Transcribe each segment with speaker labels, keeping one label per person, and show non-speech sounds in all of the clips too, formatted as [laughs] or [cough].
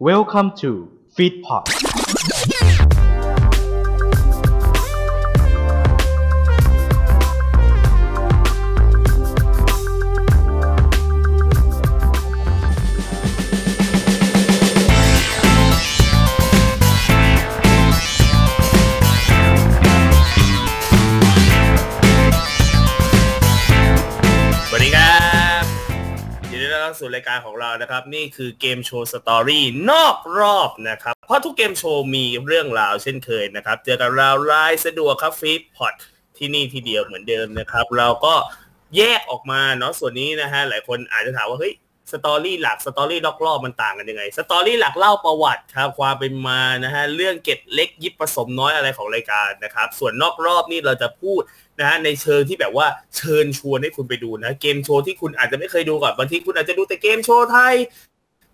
Speaker 1: Welcome to Feedpot
Speaker 2: สวัสดีครับยินดีต้อนรับสู่รายการของเรานะครับ นี่คือเกมโชว์สตอรี่นอกรอบนะครับ เพราะทุกเกมโชว์มีเรื่องราวเช่นเคยนะครับ เจอกับเราไลฟ์สะดวกครับฟีดพอดที่นี่ทีเดียวเหมือนเดิมนะครับ เราก็แยกออกมาเนาะส่วนนี้นะฮะหลายคนอาจจะถามว่าเฮ้ยสตอรี่หลักสตอรี่นอกรอบมันต่างกันยังไงสตอรี่หลักเล่าประวัติครับความเป็นมานะฮะเรื่องเก็ดเล็กยิบผสมน้อยอะไรของรายการนะครับ ส่วนนอกรอบนี่เราจะพูด นะฮะในเชิงที่แบบว่าเชิญชวนให้คุณไปดูนะ เกมโชว์ที่คุณอาจจะไม่เคยดูก่อนบางทีคุณอาจจะดูแต่เกมโชว์ไทย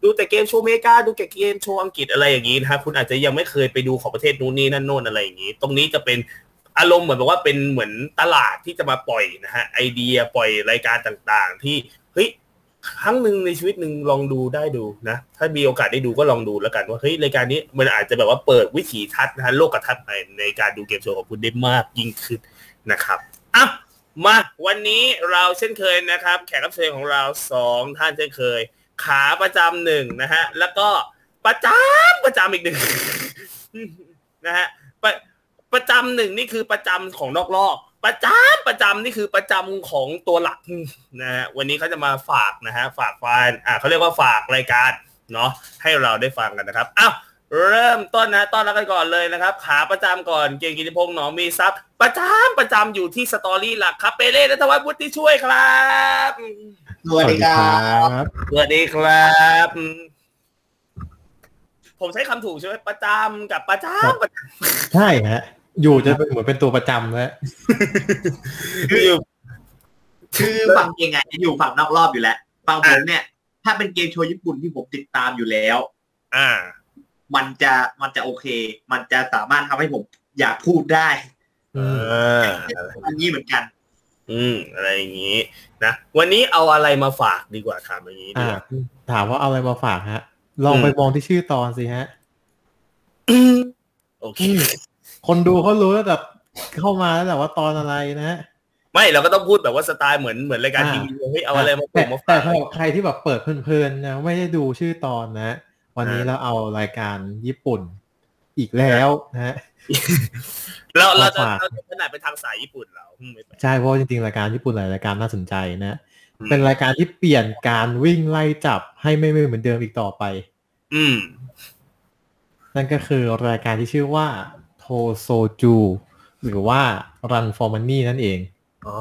Speaker 2: ดูแต่เกมโชว์อเมริกาดูแต่เกมโชว์อังกฤษอะไรอย่างนี้นะฮะคุณอาจจะยังไม่เคยไปดูของประเทศนู้นนี่นั่นโน่นอะไรอย่างนี้ ตรงนี้จะเป็นอารมณ์เหมือนแบบว่าเป็นเหมือนตลาดที่จะมาปล่อยนะฮะไอเดียปล่อยรายการต่างๆ ที่เฮ้ยครั้งหนึ่งในชีวิตหนึ่งลองดูได้ดูนะถ้ามีโอกาสได้ดูก็ลองดูแล้วกันว่าเฮ้ยรายการนี้มันอาจจะแบบว่าเปิดวิถีทัศน์นะฮะโลกทัศน์ไปในการดูเกมโชว์ของคุณได้มากยิ่งขึ้น นะครับอ่ะมาวันนี้เราเช่นเคยนะครับ แขกรับเชิญของเราสองท่านเช่นเคย ขาประจำหนึ่งนะฮะ แล้วก็ประจำประจำอีกหนึ่ง [laughs] นะฮะประประจำหนึ่งนี่คือประจำของนอกรอบประจำประจำนี่คือประจำของตัวหลักนะฮะวันนี้เขาจะมาฝากนะฮะฝากฟานอ่าเขาเรียกว่าฝากรายการเนาะให้เราได้ฟังกันนะครับอ้าว เริ่มต้นนะต้อนรับกันก่อนเลยนะครับ ขาประจำก่อนเกียงกิติพงษ์หนองมีซับประจำประจำอยู่ที่สตอรี่หลักครับเปเล่นัทวัฒน์วุฒิช่วยครับ
Speaker 3: สวัสดีครับ
Speaker 4: บ
Speaker 2: สวัสดีครับ ผมใช้คำถูกใช่ไหมประจำกับประจำประจ
Speaker 4: ใช่ฮะ อยู่จะเป็นเหมือนเป็นตัวประจำแล้ว
Speaker 2: ำคือ
Speaker 3: คือฟังเพลงไงอยู่ฝั่งนอกรอบอยู่แล้วฟังผมเนี่ย ถ้าเป็นเกมโชว์ญี่ปุ่นที่ผมติดตามอยู่แล้ว
Speaker 2: อ่า
Speaker 3: มันจะมันจะโอเค มันจะสามารถทำให้ผมอยากพูดได้
Speaker 2: เออ
Speaker 3: อันนี้เหมือนกัน
Speaker 2: อืม อะไรอย่างนี้นะ วันนี้เอาอะไรมาฝากดีกว่าถามอย่างนี้ดี
Speaker 4: อ่าก
Speaker 2: ว่า
Speaker 4: ถามว่าเอาอะไรมาฝากฮะ ลองไปมองที่ชื่อตอนสิฮะ
Speaker 2: โอเค
Speaker 4: คนดูเขารู้แล้วแต่เข้ามาแล้วแต่ว่าตอนอะไรนะ
Speaker 2: ไม่เราก็ต้องพูดแบบว่าสไตล์เหมือนเหมือนรายการ
Speaker 4: อ่า
Speaker 2: ทีวีเลยเฮ้ยเอาอะไรมาผ
Speaker 4: แต่
Speaker 2: มมา
Speaker 4: แต่
Speaker 2: ฝาก
Speaker 4: สำหรับใครที่แบบเปิดเพลินๆนะไม่ได้ดูชื่อตอนนะ วันนี้
Speaker 2: อ่า
Speaker 4: เราเอารายการญี่ปุ่นอีกแล้วนะฮะ
Speaker 2: เราเราจะ
Speaker 4: มาฝาก
Speaker 2: เราจะถนัดไปทางสายญี่ปุ่นเราอืมไม่เป็นไร
Speaker 4: ใช่เพราะว่าจริงๆ รายการญี่ปุ่นหลายรายการน่าสนใจนะ
Speaker 2: อืม
Speaker 4: เป็นรายการที่เปลี่ยนการวิ่งไล่จับให้ไม่ไม่เหมือนเดิมอีกต่อไป
Speaker 2: อืม
Speaker 4: นั่นก็คือรายการที่ชื่อว่าโทโซจูหรือว่า Run for Money นั่นเอง
Speaker 2: อ๋อ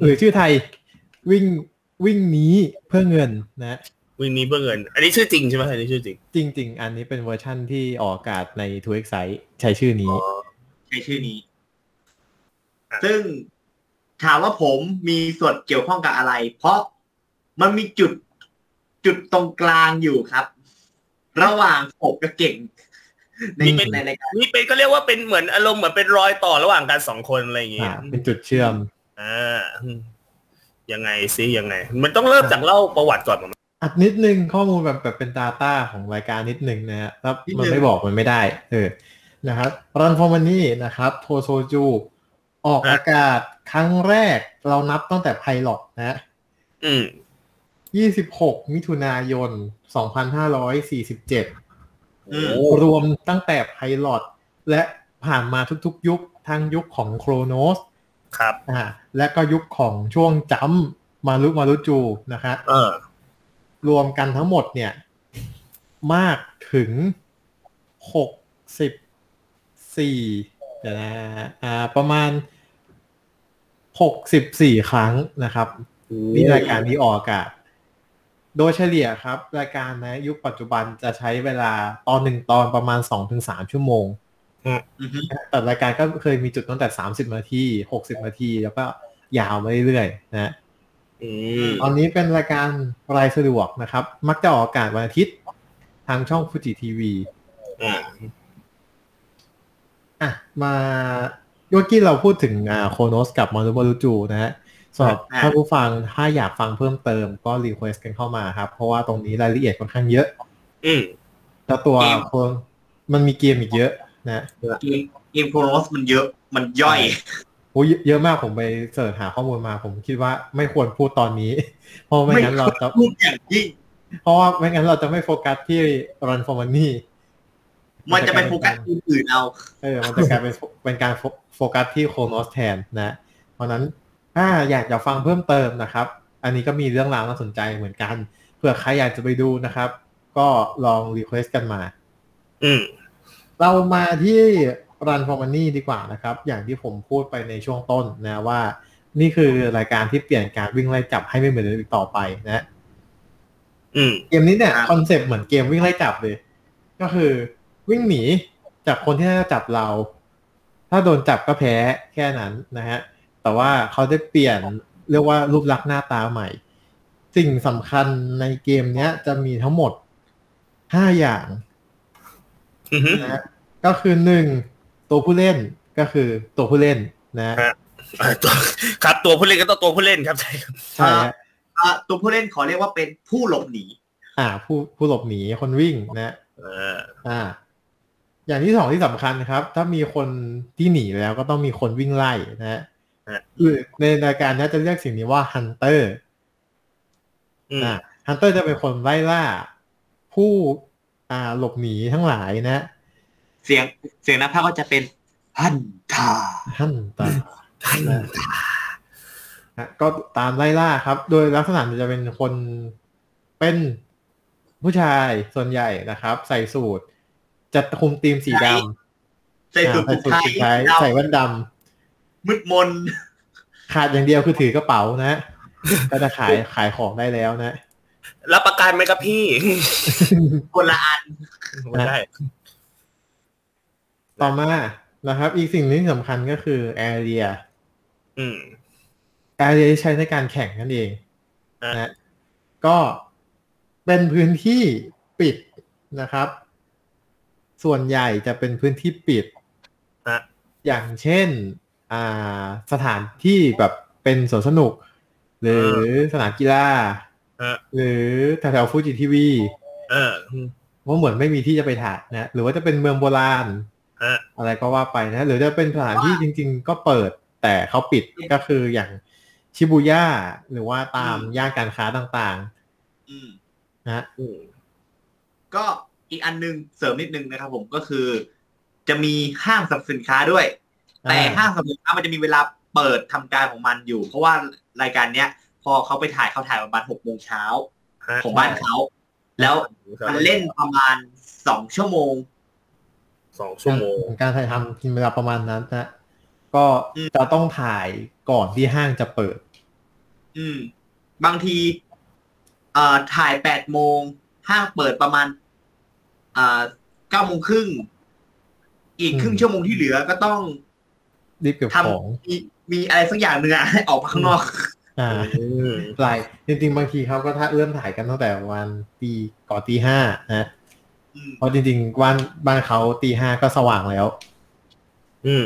Speaker 4: หรือชื่อไทยวิ่งวิ่งหนี้เพื่อเงินนะ
Speaker 2: วิ่งหนี้เพื่อเงิน อันนี้ชื่อจริงใช่ไหมอันนี้ชื่อจริง
Speaker 4: จริง ๆ อันนี้เป็นเวอร์ชั่นที่ออกอากาศในทูเอ็กไซใช้ชื่อนี้
Speaker 3: ใช้ชื่อนี้ ซึ่งถามว่าผมมีส่วนเกี่ยวข้องกับอะไร เพราะมันมีจุดจุดตรงกลางอยู่ครับ ระหว่างผมกับเก่ง ใน
Speaker 4: นี่เป็น
Speaker 3: ในรายการ
Speaker 2: นี่เป็นก็เรียกว่าเป็นเหมือนอารมณ์เหมือนเป็นรอยต่อระหว่างกันสองคนอะไรอย่างเงี้
Speaker 4: อ่าย เป็นจุดเชื่อม
Speaker 2: อ่าอืมยังไงซิยังไง มันต้องเริ่มจากเล่าประวัติก่อนมั้ง
Speaker 4: อัดนิดนึงข้อมูลแบบแบบเป็น Data ของรายการนิดนึงนะฮะแล้วมันไม่บอกมันไม่ได้ เออนะครับรันฟอร์มานี่นะครับโทโซจูออกอากาศครั้งแรกเรานับตั้งแต่ไพลอตนะ
Speaker 2: อืม
Speaker 4: ยี่สิบหกมิถุนายนสองพันห้าร้อยสี่สิบเจ็ด
Speaker 3: อืม
Speaker 4: รวมตั้งแต่ไพลอตและผ่านมาทุกๆยุคทั้งยุคของโครโนส
Speaker 2: ครับ
Speaker 4: อ่าและก็ยุคของช่วงจัมป์มารุมารุจูนะคะ
Speaker 2: เออ
Speaker 4: รวมกันทั้งหมดเนี่ย มากถึงหกสิบสี่เดี๋ยวนะอ่าประมาณหกสิบสี่ครั้งนะครับ นี่รายการนี้ออกอากาศ โดยเฉลี่ยครับ รายการนะยุคปัจจุบันจะใช้เวลาตอนหนึ่งตอนประมาณ 2-3 ชั่วโมง
Speaker 3: อือฮึ
Speaker 4: แต่รายการก็เคยมีจุดตั้งแต่ 30 นาที 60 นาที แล้วก็ยาวมาเรื่อยๆนะ
Speaker 2: อืม
Speaker 4: ตอนนี้เป็นรายการรายสะดวกนะครับ มักจะออกอากาศวันอาทิตย์ ทางช่องฟูจิทีวี
Speaker 2: อ่า
Speaker 4: อ่ะมาเมื่อกี้เราพูดถึงอ่าโคโนสกับมารุมารุจูนะฮะสำหรับ
Speaker 3: อ่า
Speaker 4: ท่านผู้ฟังถ้าอยากฟังเพิ่มเติมก็รีเควสกันเข้ามาครับ เพราะว่าตรงนี้รายละเอียดค่อนข้างเยอะ
Speaker 2: อืม
Speaker 4: แต่ตัว
Speaker 3: เกม
Speaker 4: พวกมันมีเกมอีกเยอะนะ
Speaker 3: เกมเกมโคโรสมันเยอะมันย่อย
Speaker 4: โอ้ยเยอะเยอะมากผมไปเสิร์ชหาข้อมูลมาผมคิดว่าไม่ควรพูดตอนนี้ [laughs] เพราะไม่งั้นเราจะ
Speaker 3: พูดอย่างยิ่ง
Speaker 4: เพราะว่าไม่งั้นเราจะไม่โฟกัสที่รันฟอร์มานี่
Speaker 3: มันจะไปโฟกัสเกมอื่นเอา
Speaker 4: เออ มันจะกลายเป็น เป็นการโฟโฟกัสที่โคโนสแทนนะ เพราะฉะนั้นถ้าอยากจะฟังเพิ่มเติมนะครับ อันนี้ก็มีเรื่องราวน่าสนใจเหมือนกัน เผื่อใครอยากจะไปดูนะครับ ก็ลองรีเควสกันมา
Speaker 2: อืม
Speaker 4: เรามาที่ Run for Money ดีกว่านะครับ อย่างที่ผมพูดไปในช่วงต้นนะว่า นี่คือรายการที่เปลี่ยนการวิ่งไล่จับให้ไม่เหมือนเดิมอีกต่อไปนะ
Speaker 2: อืม
Speaker 4: เกมนี้เนี่ย
Speaker 3: ครับ
Speaker 4: คอนเซปต์เหมือนเกมวิ่งไล่จับเลย ก็คือวิ่งหนีจากคนที่น่าจะจับเรา ถ้าโดนจับก็แพ้แค่นั้นนะฮะ แต่ว่าเขาได้เปลี่ยนเรียกว่ารูปลักษณ์หน้าตาใหม่ สิ่งสำคัญในเกมเนี้ยจะมีทั้งหมดห้าอย่าง
Speaker 2: อืม
Speaker 4: นะฮะก็คือหนึ่งตัวผู้เล่นก็คือตัวผู้เล่นนะฮะ
Speaker 2: ครับ อ่าตัวครับตัวผู้เล่นก็ต้องตัวผู้เล่นครับใช่ครับ
Speaker 4: ใช่ฮะ
Speaker 3: อ่ะตัวผู้เล่นขอเรียกว่าเป็นผู้หลบหนี
Speaker 4: อ่า ผู้ผู้หลบหนีคนวิ่งนะฮะ
Speaker 2: เออ
Speaker 4: อ่า อย่างที่สองที่สำคัญนะครับ ถ้ามีคนที่หนีแล้วก็ต้องมีคนวิ่งไล่นะฮะ
Speaker 2: ฮะ
Speaker 4: หรือในรายการเนี้ยจะเรียกสิ่งนี้ว่าฮันเตอร์
Speaker 2: อืม
Speaker 4: นะฮันเตอร์จะเป็นคนไล่ล่า ผู้อ่าหลบหนีทั้งหลายนะ
Speaker 3: เสียงเสียงนักพากย์ก็จะเป็นฮันทา
Speaker 4: ฮัน
Speaker 3: [laughs]
Speaker 4: เตอร์
Speaker 2: ท่าน
Speaker 4: ฮะก็ตามไล่ล่าครับ โดยลักษณะจะเป็นคนเป็นผู้ชายส่วนใหญ่นะครับ ใส่สูทจะคุมทีมสีดำ
Speaker 3: ใส่สุด
Speaker 4: อ่า
Speaker 3: สุดท้าย
Speaker 4: สีไทย
Speaker 3: เรา
Speaker 4: ใส่แว่นดำ
Speaker 3: มืดมน
Speaker 4: ขาดอย่างเดียวคือถือกระเป๋านะ ก็จะขายขายของได้แล้วนะ
Speaker 2: รับประกันไหมครับพี่
Speaker 3: คนละอัน
Speaker 2: ไม่ได้
Speaker 4: ต่อมานะครับ อีกสิ่งหนึ่งที่สำคัญก็คือแอเรีย
Speaker 2: อืม
Speaker 4: แอเรียที่ใช้ในการแข่งนั่นเอง
Speaker 2: อ่ะ
Speaker 4: นะก็เป็นพื้นที่ปิดนะครับ ส่วนใหญ่จะเป็นพื้นที่ปิด
Speaker 2: ฮะ
Speaker 4: อย่างเช่น อ่าสถานที่แบบเป็นสวนสนุก หรือสนามกีฬา
Speaker 2: ฮะ
Speaker 4: หรือแถวๆฟูจิทีวี
Speaker 2: เอออืม
Speaker 4: ว่าเหมือนไม่มีที่จะไปถ่ายนะหรือว่าจะเป็นเมืองโบราณ
Speaker 2: ฮะ
Speaker 4: อะไรก็ว่าไปนะ หรือจะเป็นสถานที่จริง ๆ ก็เปิดแต่เขาปิดก็คืออย่างชิบูย่าหรือว่าตาม
Speaker 3: อืม
Speaker 4: ย่านการค้าต่าง
Speaker 3: อืม
Speaker 4: ๆ นะ
Speaker 2: อืม
Speaker 3: ก็อีกอันหนึงเสริมนิดนึงนะครับผมก็คือ จะมีห้างสรรพสินค้าด้วย แต่ห้างสรรพสินค้ามันจะมีเวลาเปิดทำการของมันอยู่ เพราะว่ารายการเนี้ย พอเขาไปถ่ายเขาถ่ายประมาณหกโมงเช้า
Speaker 2: ฮะ
Speaker 3: ของบ้านเขาแล้วมันเล่นประมาณสองชั่วโมง
Speaker 2: สองชั่วโมง
Speaker 4: การถ่ายทำกินเวลาประมาณนั้นนะก็
Speaker 3: อืม
Speaker 4: จะต้องถ่ายก่อนที่ห้างจะเปิด
Speaker 3: อืม บางทีเอ่อถ่ายแปดโมงห้างเปิดประมาณอ่าเก้าโมงครึ่งอีก
Speaker 4: อืม
Speaker 3: ครึ่งชั่วโมงที่เหลือก็ต้อง
Speaker 4: รีบเก็บ
Speaker 3: ท
Speaker 4: ของ
Speaker 3: ำมีมีอะไรสักอย่างหนึ่งอะให้ [laughs] ออกมาข้างนอก
Speaker 4: อ่า
Speaker 2: อืม
Speaker 4: หลายจริงๆ บางทีเขาก็ถ้าเริ่มถ่ายกันตั้งแต่วันตีก่อนตีห้านะ
Speaker 3: อืม
Speaker 4: เพราะจริงๆบ้านบ้านเขาตีห้าก็สว่างแล้ว
Speaker 2: อืม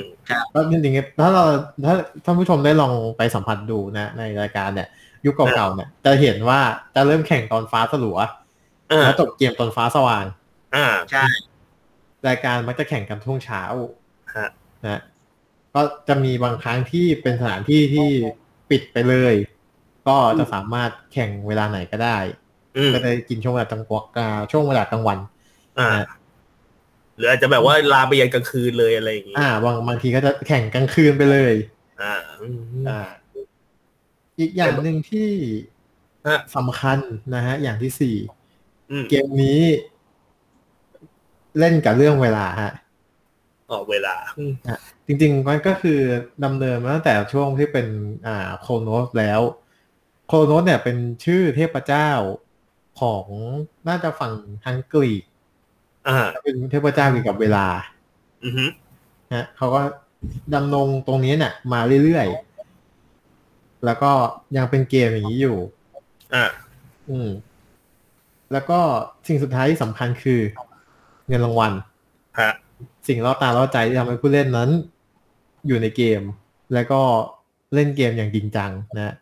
Speaker 4: ก็จริงๆถ้าเราถ้าท่านผู้ชมได้ลองไปสัมผัสดูนะ ในรายการเนี่ย ยุคเก่าๆเนี่ยจะเห็นว่าจะเริ่มแข่งตอนฟ้าสลัว
Speaker 2: อ่า
Speaker 4: แล้วจบเกมตอนฟ้าสว่าง
Speaker 2: อ่า
Speaker 3: ใช่
Speaker 4: รายการมักจะแข่งกันช่วงเช้า
Speaker 2: ฮะ
Speaker 4: นะก็จะมีบางครั้งที่เป็นสถานที่ที่ปิดไปเลย ก็จะสามารถแข่งเวลาไหนก็ได้
Speaker 2: อืม
Speaker 4: ก็ได้กินช่วงเวลากลางวันอ่าช่วงเวลากลางวัน
Speaker 2: อ่า หรืออาจจะแบบว่าลาไปยันกลางคืนเลยอะไรอย่างงี้
Speaker 4: อ่าบางบางทีก็จะแข่งกลางคืนไปเลย
Speaker 2: อ่าอืม
Speaker 4: อ่าอีกอย่างหนึ่งที่
Speaker 2: ฮะ
Speaker 4: สำคัญนะฮะ อย่างที่สี่
Speaker 2: อืม
Speaker 4: เกมนี้ เล่นกับเรื่องเวลาฮะ
Speaker 2: ออกเวลาอืม
Speaker 4: จริงๆมันก็คือดำเนินมาตั้งแต่ช่วงที่เป็นอ่าโคโนสแล้ว โคโนสเนี่ยเป็นชื่อเทพเจ้าของน่าจะฝั่งฮังกรีก
Speaker 2: อ่า
Speaker 4: เป็นเทพเจ้าเกี่ยวกับเวลา
Speaker 2: อือฮึ
Speaker 4: ฮะเขาก็ดำรงตรงนี้เนี่ยมาเรื่อยๆ แล้วก็ยังเป็นเกมอย่างนี้อยู่
Speaker 2: อ่า
Speaker 4: อืม แล้วก็สิ่งสุดท้ายที่สำคัญคือเงินรางวัล
Speaker 2: ฮะ
Speaker 4: สิ่งล่อตาล่อใจที่ทำให้ผู้เล่นนั้น อยู่ในเกม แล้วก็เล่นเกมอย่างจริงจังนะ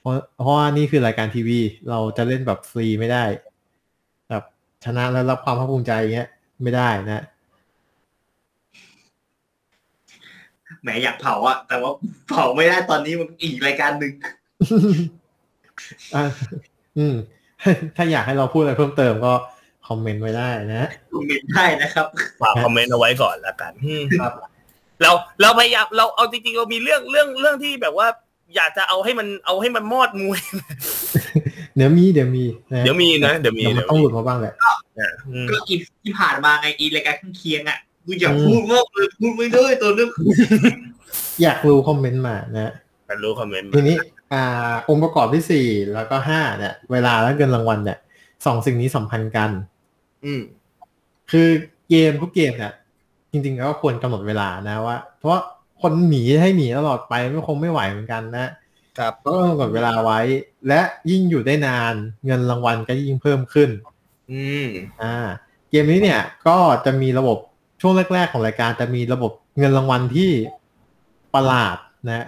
Speaker 4: เพราะเพราะว่านี่คือรายการทีวี เราจะเล่นแบบฟรีไม่ได้ แบบ ชนะแล้วรับความภาคภูมิใจอย่างเงี้ย ไม่ได้นะ [laughs]
Speaker 3: แหมอยากเผาอะแต่ว่า [laughs] เผาไม่ได้ตอนนี้มันอีกรายการหนึ่ง
Speaker 4: อ่ะอืม [laughs] ถ้าอยากให้เราพูดอะไรเพิ่มเติมก็คอมเมนต์ไว้ได้นะ
Speaker 3: คอมเมนต์ได้นะครับ
Speaker 2: ฝากคอมเมนต์เอาไว้ก่อนละกันอืมครับเราเราพยายามเราเอาจริงๆเรามีเรื่องเรื่องเรื่องที่แบบว่า อยากจะเอาให้มันเอาให้มันมอดมวย
Speaker 4: เดี๋ยวมีเดี๋ยวมีนะ
Speaker 2: เดี๋ยวมีนะเดี๋ยวมี
Speaker 4: เดี๋ยว
Speaker 2: เดี๋ยว
Speaker 4: มันต้อง
Speaker 2: มี
Speaker 4: หลุดมาบ้างแหละ
Speaker 2: อืม
Speaker 3: ก็อีกที่ผ่านมาไงอีรายการข้างเคียงอะกูอยากพูดมากเลยพูดไม่ได้ตัวเรื่อง
Speaker 4: อยากรู้คอมเมนต์มานะ
Speaker 2: มันรู้คอมเมนต์มา
Speaker 4: ทีนี้ อ่า องค์ประกอบที่สี่แล้วก็ห้าเนี่ย เวลาและเงินรางวัลเนี่ยสองสิ่งนี้สัมพันธ์กัน
Speaker 2: อืม
Speaker 4: คือเกมทุกเกมเนี่ยจริงๆแล้วก็ควรกำหนดเวลานะว่า เพราะว่าคนหนีให้หนีตลอดไปมันคงไม่ไหวเหมือนกันนะครับ ก็กำหนดเวลาไว้ และยิ่งอยู่ได้นานเงินรางวัลก็ยิ่งเพิ่มขึ้น
Speaker 2: อืม
Speaker 4: อ่าเกมนี้เนี่ยก็จะมีระบบช่วงแรก ๆ ของรายการจะมีระบบเงินรางวัลที่ประหลาดนะ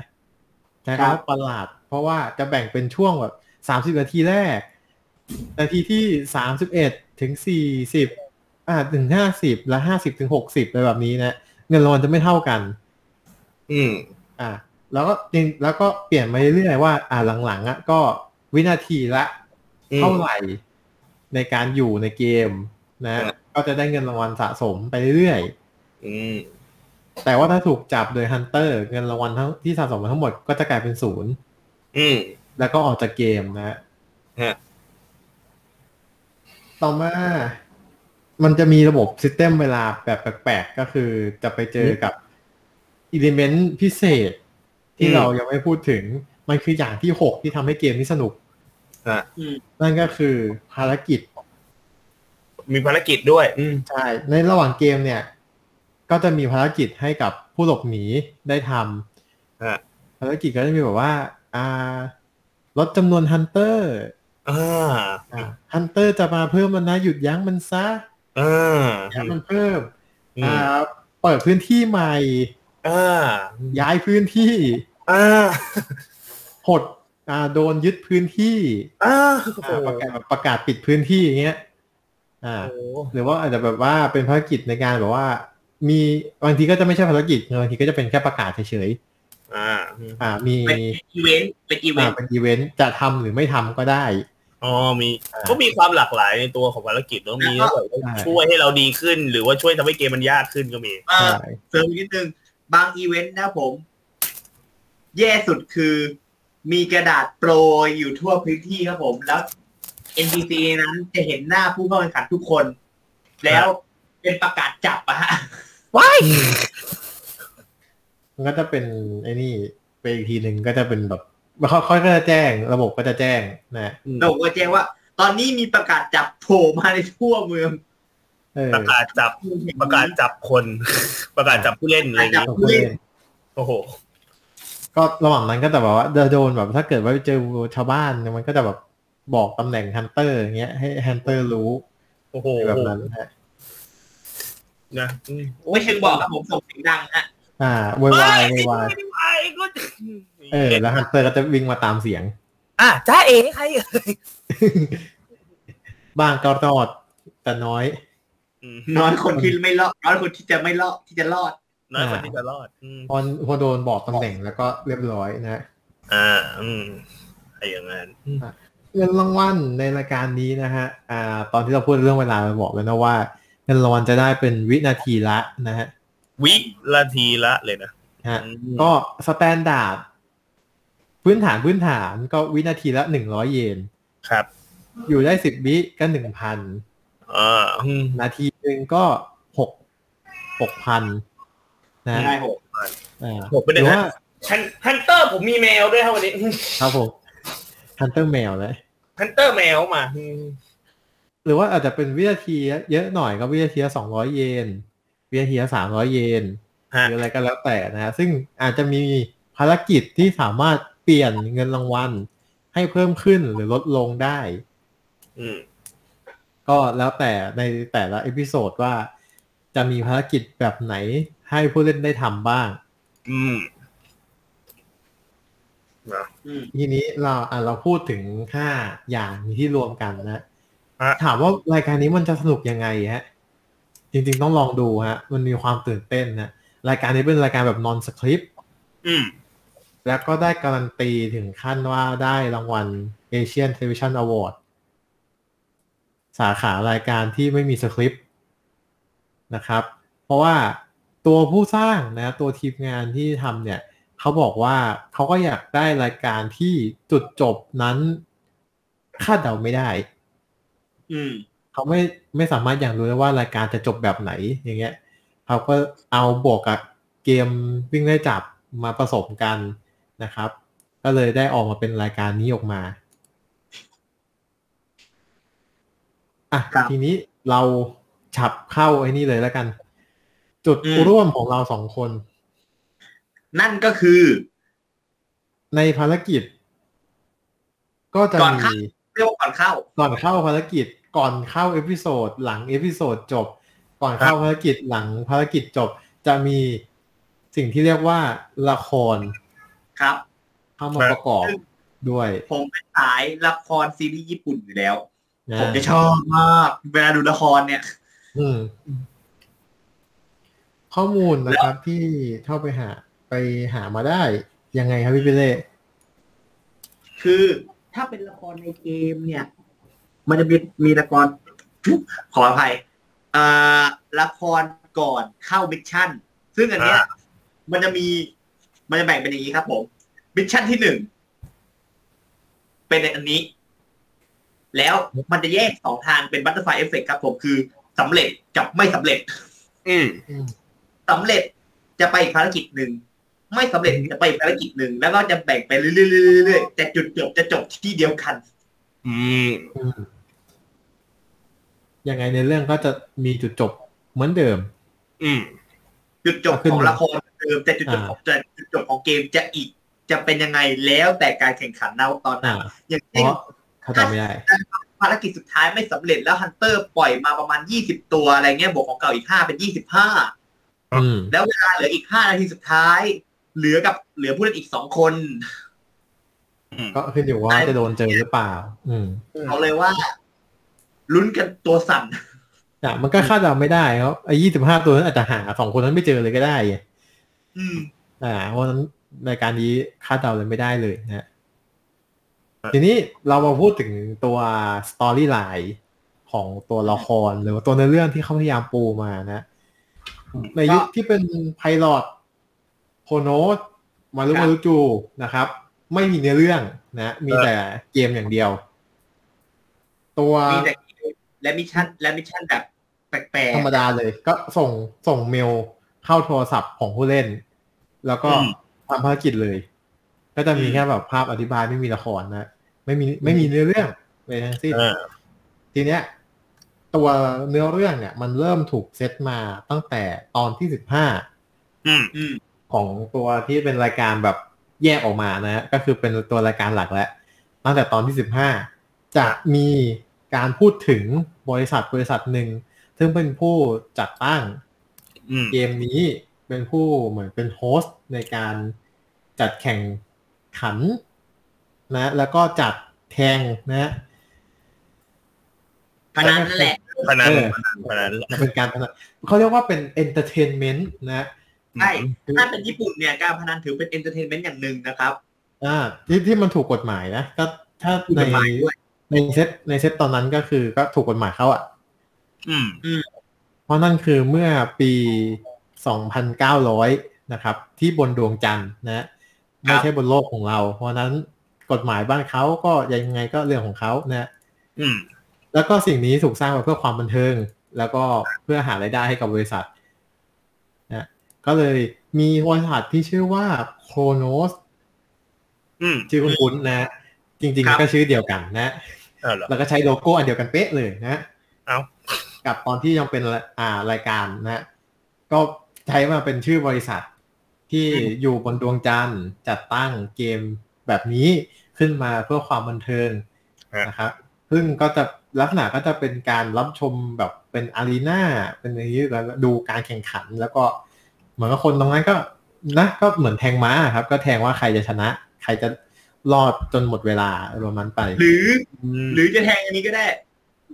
Speaker 4: นะครับประหลาด เพราะว่าจะแบ่งเป็นช่วงแบบสามสิบ30 นาทีแรก นาทีที่สามสิบเอ็ดถึงสี่สิบอ่าถึงห้าสิบและห้าสิบถึงหกสิบอะไรแบบนี้นะเงินรางวัลจะไม่เท่ากัน
Speaker 2: อืม
Speaker 4: อ่าแล้วก็จริงแล้วก็เปลี่ยนมาเรื่อยๆว่า อ่าหลังๆอ่ะก็วินาทีละ
Speaker 2: อืม
Speaker 4: เท่าไหร่ในการอยู่ในเกมนะ
Speaker 2: ครับ
Speaker 4: ก็จะได้เงินรางวัลสะสมไปเรื่อย
Speaker 2: อืม
Speaker 4: ๆ แต่ว่าถ้าถูกจับโดยฮันเตอร์เงินรางวัลทั้งที่สะสมมาทั้งหมดก็จะกลายเป็นศูนย์
Speaker 2: อืม
Speaker 4: แล้วก็ออกจากเกมนะ
Speaker 2: ฮะ
Speaker 4: ต่อมา มันจะมีระบบซิสเต็มเวลาแบบแปลกๆ ก็คือจะไปเจอกับอิเลเมนต์พิเศษ ที่เรายังไม่พูดถึง มันคืออย่างที่หกที่ทำให้เกมนี้สนุก
Speaker 3: อืม
Speaker 4: นั่นก็คือภารกิจ
Speaker 2: มีภารกิจด้วย อืม
Speaker 4: ใช่ ในระหว่างเกมเนี่ย ก็จะมีภารกิจให้กับผู้หลบหนีได้ท
Speaker 2: ฮะ
Speaker 4: ำภารกิจก็จะมีแบบว่าอ่าลดจำนวนฮันเตอร์
Speaker 2: อ่า
Speaker 4: ฮันเตอร์จะมาเพิ่มมันนะ หยุดยั้งมันซะ
Speaker 2: อ่า
Speaker 4: ยั้งมันเพิ่ม
Speaker 2: อื
Speaker 4: อ่
Speaker 2: มา
Speaker 4: เปิดพื้นที่ใหม่
Speaker 2: อ่า
Speaker 4: ย้ายพื้นที่
Speaker 2: อ่า
Speaker 4: หดอ่าโดนยึดพื้นที่
Speaker 2: อ่า
Speaker 4: อ่าประกาศแบบประกาศปิดพื้นที่อย่างเงี้ยอ่า
Speaker 2: โอ้โห
Speaker 4: หรือว่าอาจจะแบบว่าเป็นภารกิจในการแบบว่า มีบางทีก็จะไม่ใช่ภารกิจบางทีก็จะเป็นแค่ประกาศเฉยๆ
Speaker 2: อ่าอืม
Speaker 4: อ่ามี
Speaker 3: เป็นอีเวนต์เป็นอีเว
Speaker 4: อ่าน
Speaker 3: ต์
Speaker 4: เป็นอีเวนต์จะทำหรือไม่ทำก็ได้
Speaker 2: อ๋อมีก็มีความหลากหลายในตัวของภารกิจเนอะมีแล้วแบบว่า
Speaker 4: อ่า
Speaker 2: ช่วยให้เราดีขึ้น หรือว่าช่วยทำให้เกมมันยากขึ้นก็มี
Speaker 3: เอ่อ
Speaker 4: ใช่
Speaker 3: เสริมอีกนิดนึงบางอีเวนต์นะผม แย่สุดคือ มีกระดาษโปรยอยู่ทั่วพื้นที่ครับผม แล้ว NPC นั้นจะเห็นหน้าผู้เข้าแข่งขันทุกคน แล้วเป็นประกาศจับอะฮะ
Speaker 2: ว้าย
Speaker 4: มันก็จะเป็นไอ้นี่ไปอีกทีหนึ่งก็จะเป็นแบบเขาเขาก็จะแจ้งระบบก็จะแจ้งนะ
Speaker 3: เราก็แจ้งว่า ตอนนี้มีประกาศจับโผล่มาในทั่วเมือง
Speaker 4: เออ
Speaker 2: ประกาศจับประกาศจับคน [laughs] ประกาศจับผู้เล่นอะไรอย่าง
Speaker 4: ข
Speaker 2: งี้
Speaker 4: องผู้เล่น
Speaker 2: โอ้โห
Speaker 4: ก็ระหว่างนั้นก็จะแบบว่าจะโดนแบบถ้าเกิดว่าเจอชาวบ้านเนี่ยมันก็จะแบบบอกตำแหน่งฮันเตอร์อย่างเงี้ยให้ฮันเตอร์รู้
Speaker 2: โอ้โห
Speaker 4: แบบนั้นนะ
Speaker 2: นะอืม
Speaker 3: ไม่เชิงบอกครับผมส่งเสียงดังฮะ
Speaker 4: อ่าโวยวายโวยวาย
Speaker 2: ไม่ได้วายก็
Speaker 4: เออแล้วฮันเตอร์ก็จะวิ่งมาตามเสียง
Speaker 2: อ่ะจ้าเอ๋ใครเอ่ย
Speaker 4: บ้างก็รอดแต่น้อย
Speaker 2: อืม
Speaker 3: น้อยคนที่ไม่รอดน้อยคนที่จะไม่รอดที่จะรอด
Speaker 2: น้อยคนที่จะรอดอืม
Speaker 4: พอพอโดนบอกตำแหน่งแล้วก็เรียบร้อยนะ
Speaker 2: อ่า อืมอะไรอย่างนั้น
Speaker 4: เงินรางวัลในรายการนี้นะฮะ อ่า ตอนที่เราพูดเรื่องเวลาเราบอกแล้วนะว่า เงินรางวัลจะได้เป็นวินาทีละนะฮะ
Speaker 2: วิละทีละเลยนะ
Speaker 4: ฮะ
Speaker 2: อืม
Speaker 4: ก็สแตนดาร์ดพื้นฐานพื้นฐานก็วินาทีละหนึ่งร้อยเยน
Speaker 2: ครับ
Speaker 4: อยู่ได้สิบวิก็หนึ่งพัน
Speaker 2: อ่าอืม
Speaker 4: นาทีหนึ่งก็หกหกพันนะ
Speaker 3: ได้หก
Speaker 4: อ่า
Speaker 2: ผมไม่
Speaker 4: ห
Speaker 2: ได้
Speaker 4: รือ
Speaker 2: นะ
Speaker 4: ว่า
Speaker 2: ฮันฮันเตอร์ผมมีแมวด้วยครับวันนี้ [laughs]
Speaker 4: ครับผมฮันเตอร์แมวเลย
Speaker 2: ฮันเตอร์แมวมาอืม
Speaker 4: หรือว่าอาจจะเป็นวินาทีเยอะหน่อยก็วินาทีละสองร้อยเยน วินาทีละสามร้อยเยน
Speaker 2: ฮะ
Speaker 4: หรืออะไรก็แล้วแต่นะฮะซึ่งอาจจะมีภารกิจที่สามารถเปลี่ยนเงินรางวัลให้เพิ่มขึ้นหรือลดลงได้
Speaker 2: อืม
Speaker 4: ก็แล้วแต่ในแต่ละเอพิโซดว่าจะมีภารกิจแบบไหนให้ผู้เล่นได้ทำบ้าง
Speaker 2: อืม
Speaker 3: อืม
Speaker 4: ทีนี้เราอ่ะเราพูดถึง 5 อย่างที่รวมกันนะ
Speaker 2: ฮะ
Speaker 4: ถามว่ารายการนี้มันจะสนุกยังไงฮะ จริงๆต้องลองดูฮะ มันมีความตื่นเต้นนะรายการนี้เป็นรายการแบบนอนสคริป
Speaker 2: อืม
Speaker 4: แล้วก็ได้การันตีถึงขั้นว่าได้รางวัล Asian Television Award สาขารายการที่ไม่มีสคริปต์นะครับ เพราะว่าตัวผู้สร้างนะตัวทีมงานที่ทำเนี่ย เขาบอกว่าเขาก็อยากได้รายการที่จุดจบนั้นคาดเดาไม่ได้
Speaker 3: อืม
Speaker 4: เขาไม่ไม่สามารถอย่างรู้ได้ว่ารายการจะจบแบบไหนอย่างเงี้ยเขาก็เอาบวกกับเกมวิ่งได้จับมาผสมกันนะครับ ก็เลยได้ออกมาเป็นรายการนี้ออกมาอ่ะ
Speaker 3: ครับ
Speaker 4: ทีนี้เราฉับเข้าไอ้นี่เลยแล้วกัน จุด
Speaker 3: อืม
Speaker 4: ร่วมของเราสองคน
Speaker 3: นั่นก็คือ
Speaker 4: ในภารกิจ ก็จะ
Speaker 3: ก่อน
Speaker 4: มี
Speaker 3: เข้า เรียกว่าก่อนเข้า
Speaker 4: ก่อนเข้าภารกิจก่อนเข้าเอพิโซดหลังเอพิโซดจบ ก่อนเข้าภารกิจหลังภารกิจจบ จะมีสิ่งที่เรียกว่าละคร
Speaker 3: ครับ
Speaker 4: เข้ามาประกอบด้วย
Speaker 3: ผมเป็นสายละครซีรีส์ญี่ปุ่นอยู่แล้ว
Speaker 4: นะ
Speaker 3: ผมจะชอบมาก เวลาดูละครเนี่ย
Speaker 4: อืมข้อมูลนะครับที่เข้าไปหาไปหามาได้ ยังไงครับพี่พิเล่
Speaker 3: คือถ้าเป็นละครในเกมเนี่ย มันจะมีมีละคร [coughs] ขออภัยอ่าละครก่อนเข้ามิชชั่น ซึ่งอันเนี้ย
Speaker 2: อ่า
Speaker 3: มันจะมีมันจะแบ่งเป็นอย่างนี้ครับผมมิชชั่นที่หนึ่งเป็นอันนี้ แล้วมันจะแยกสองทางเป็นบัตเตอร์ไฟเอฟเฟกครับผมคือสำเร็จกับไม่สำเร็จ
Speaker 2: อืม
Speaker 4: อืม
Speaker 3: สำเร็จจะไปอีกภารกิจหนึ่ง ไม่สำเร็จจะไปอีกภารกิจหนึ่ง แล้วก็จะแบ่งไปเรื่อยๆๆๆแต่จุดจบจะจบที่เดียวกัน
Speaker 2: อืม
Speaker 4: อืมยังไงในเรื่องก็จะมีจุดจบเหมือนเดิม
Speaker 2: อืม
Speaker 3: จุดจบของละครเดิมแต่จุดจบของแต่จุดจบของเกมจะอีกจะเป็นยังไงแล้วแต่การแข่งขันเราตอนนั้
Speaker 4: อ่าน
Speaker 3: อย่าง
Speaker 4: เพ
Speaker 3: เช่น
Speaker 4: ราะเข้าใจไม่ได้
Speaker 3: ภารกิจสุดท้ายไม่สำเร็จแล้วฮันเตอร์ปล่อยมาประมาณ 20 ตัวอะไรเงี้ยบวกของเก่าอีก 5 เป็น 25
Speaker 4: อืม
Speaker 3: แล้วเวลาเหลืออีก 5 นาทีสุดท้าย เหลือกับเหลือผู้เล่นอีก 2 คน
Speaker 2: อืม
Speaker 4: ก็ขึ้นอยู่ว่าจะโดนเจอหรือเปล่า อืม
Speaker 3: เอาเลยว่าลุ้นกันตัวสั่น
Speaker 4: อ่ะมันก็คาดเดาไม่ได้ครับไอ้ยี่สิบห้าตัวนั้นอาจจะหาสองคนนั้นไม่เจอเลยก็ได้
Speaker 3: อืม
Speaker 4: อ่า เพราะฉะนั้นรายการนี้คาดเดาเลยไม่ได้เลยนะฮะ
Speaker 2: ครับ
Speaker 4: ทีนี้เรามาพูดถึงตัวสตอรี่ไลน์ของตัวละครหรือว่าตัวเนื้อเรื่องที่เขาพยายามปูมานะ ในยุคที่เป็นไพลอตโคโนสมารุ
Speaker 3: ครับ
Speaker 4: มารุจูนะครับ ไม่มีเนื้อเรื่องนะ มีแต่เกมอย่างเดียว ตัว
Speaker 3: มีแต่และมิชชั่นและมิชชั่นแบบแปลก
Speaker 4: ธรรมดาเลยก็ส่งส่งเมลเข้าโทรศัพท์ของผู้เล่น แล้วก็
Speaker 2: อืม
Speaker 4: ทำภารกิจเลย ก็จะมี
Speaker 3: อืม
Speaker 4: แค่แบบภาพอธิบายไม่มีละครนะไม่มีไม่มีเนื้อเรื่องเลยทั้งสิ้น
Speaker 2: เออ
Speaker 4: ทีเนี้ย ตัวเนื้อเรื่องเนี่ย มันเริ่มถูกเซตมาตั้งแต่ตอนที่สิบห้า
Speaker 2: อืม
Speaker 3: ๆอืม
Speaker 4: ของตัวที่เป็นรายการแบบแยกออกมานะฮะก็คือเป็นตัวรายการหลักแล้วตั้งแต่ตอนที่สิบห้าจะมีการพูดถึงบริษัทบริษัทหนึ่งซึ่งเป็นผู้จัดตั้ง
Speaker 2: อืม
Speaker 4: เกมนี้เป็นผู้เหมือนเป็นโฮสต์ในการจัดแข่งขันนะ แล้วก็จัดแทงนะ
Speaker 3: พนันนั่นแหละ
Speaker 2: พนัน
Speaker 4: เออ
Speaker 2: พนันพนัน
Speaker 4: มันเป็นการพนันเขาเรียกว่าเป็นเอนเตอร์เทนเมนต์นะ
Speaker 3: ใช่ ถ้าเป็นญี่ปุ่นเนี่ยการพนันถือเป็นเอนเตอร์เทนเมนต์อย่างหนึ่งนะครับ
Speaker 4: อ่าที่ที่มันถูกกฎหมายนะถ้าถ้าใน
Speaker 3: ถูกกฎหมายด้วย
Speaker 4: ในเซตในเซตตอนนั้นก็คือก็ถูกกฎหมายเขาอะ
Speaker 2: อืม
Speaker 4: เพราะนั่นคือเมื่อปี 2,900 นะครับ ที่บนดวงจันทร์นะไม่ใช่บนโลกของเรา เพราะฉะนั้นกฎหมายบ้านเขาก็ยังไงก็เรื่องของเขานะ
Speaker 2: อืม
Speaker 4: แล้วก็สิ่งนี้ถูกสร้างมาเพื่อความบันเทิง แล้วก็เพื่อหารายได้ให้กับบริษัทนะก็เลยมีบริษัทที่ชื่อว่าโครโนส
Speaker 2: อืม
Speaker 4: ชื่อคุ้นๆนะ จริง
Speaker 3: ครั
Speaker 4: ๆ
Speaker 3: บ
Speaker 4: ก็ชื่อเดียวกันนะ
Speaker 2: เอาเหรอ
Speaker 4: แล้วก็ใช้โลโก้อันเดียวกันเป๊ะเลยนะ
Speaker 2: เอ้า
Speaker 4: กับตอนที่ยังเป็นอ่ารายการนะ ก็ใช้มาเป็นชื่อบริษัทที่อยู่บนดวงจันทร์จัดตั้งเกมแบบนี้ขึ้นมาเพื่อความบันเทิง
Speaker 2: ฮะ
Speaker 4: นะครับ ซึ่งก็จะลักษณะก็จะเป็นการรับชมแบบเป็นอารีนาเป็นอะไรอย่างนี้แล้วดูการแข่งขัน แล้วก็เหมือนกับคนตรงนั้นก็นะก็เหมือนแทงม้าครับ ก็แทงว่าใครจะชนะ ใครจะรอดจนหมดเวลาประมาณไป
Speaker 3: หรือ
Speaker 2: อืม
Speaker 3: หรือจะแทงอันนี้ก็ได้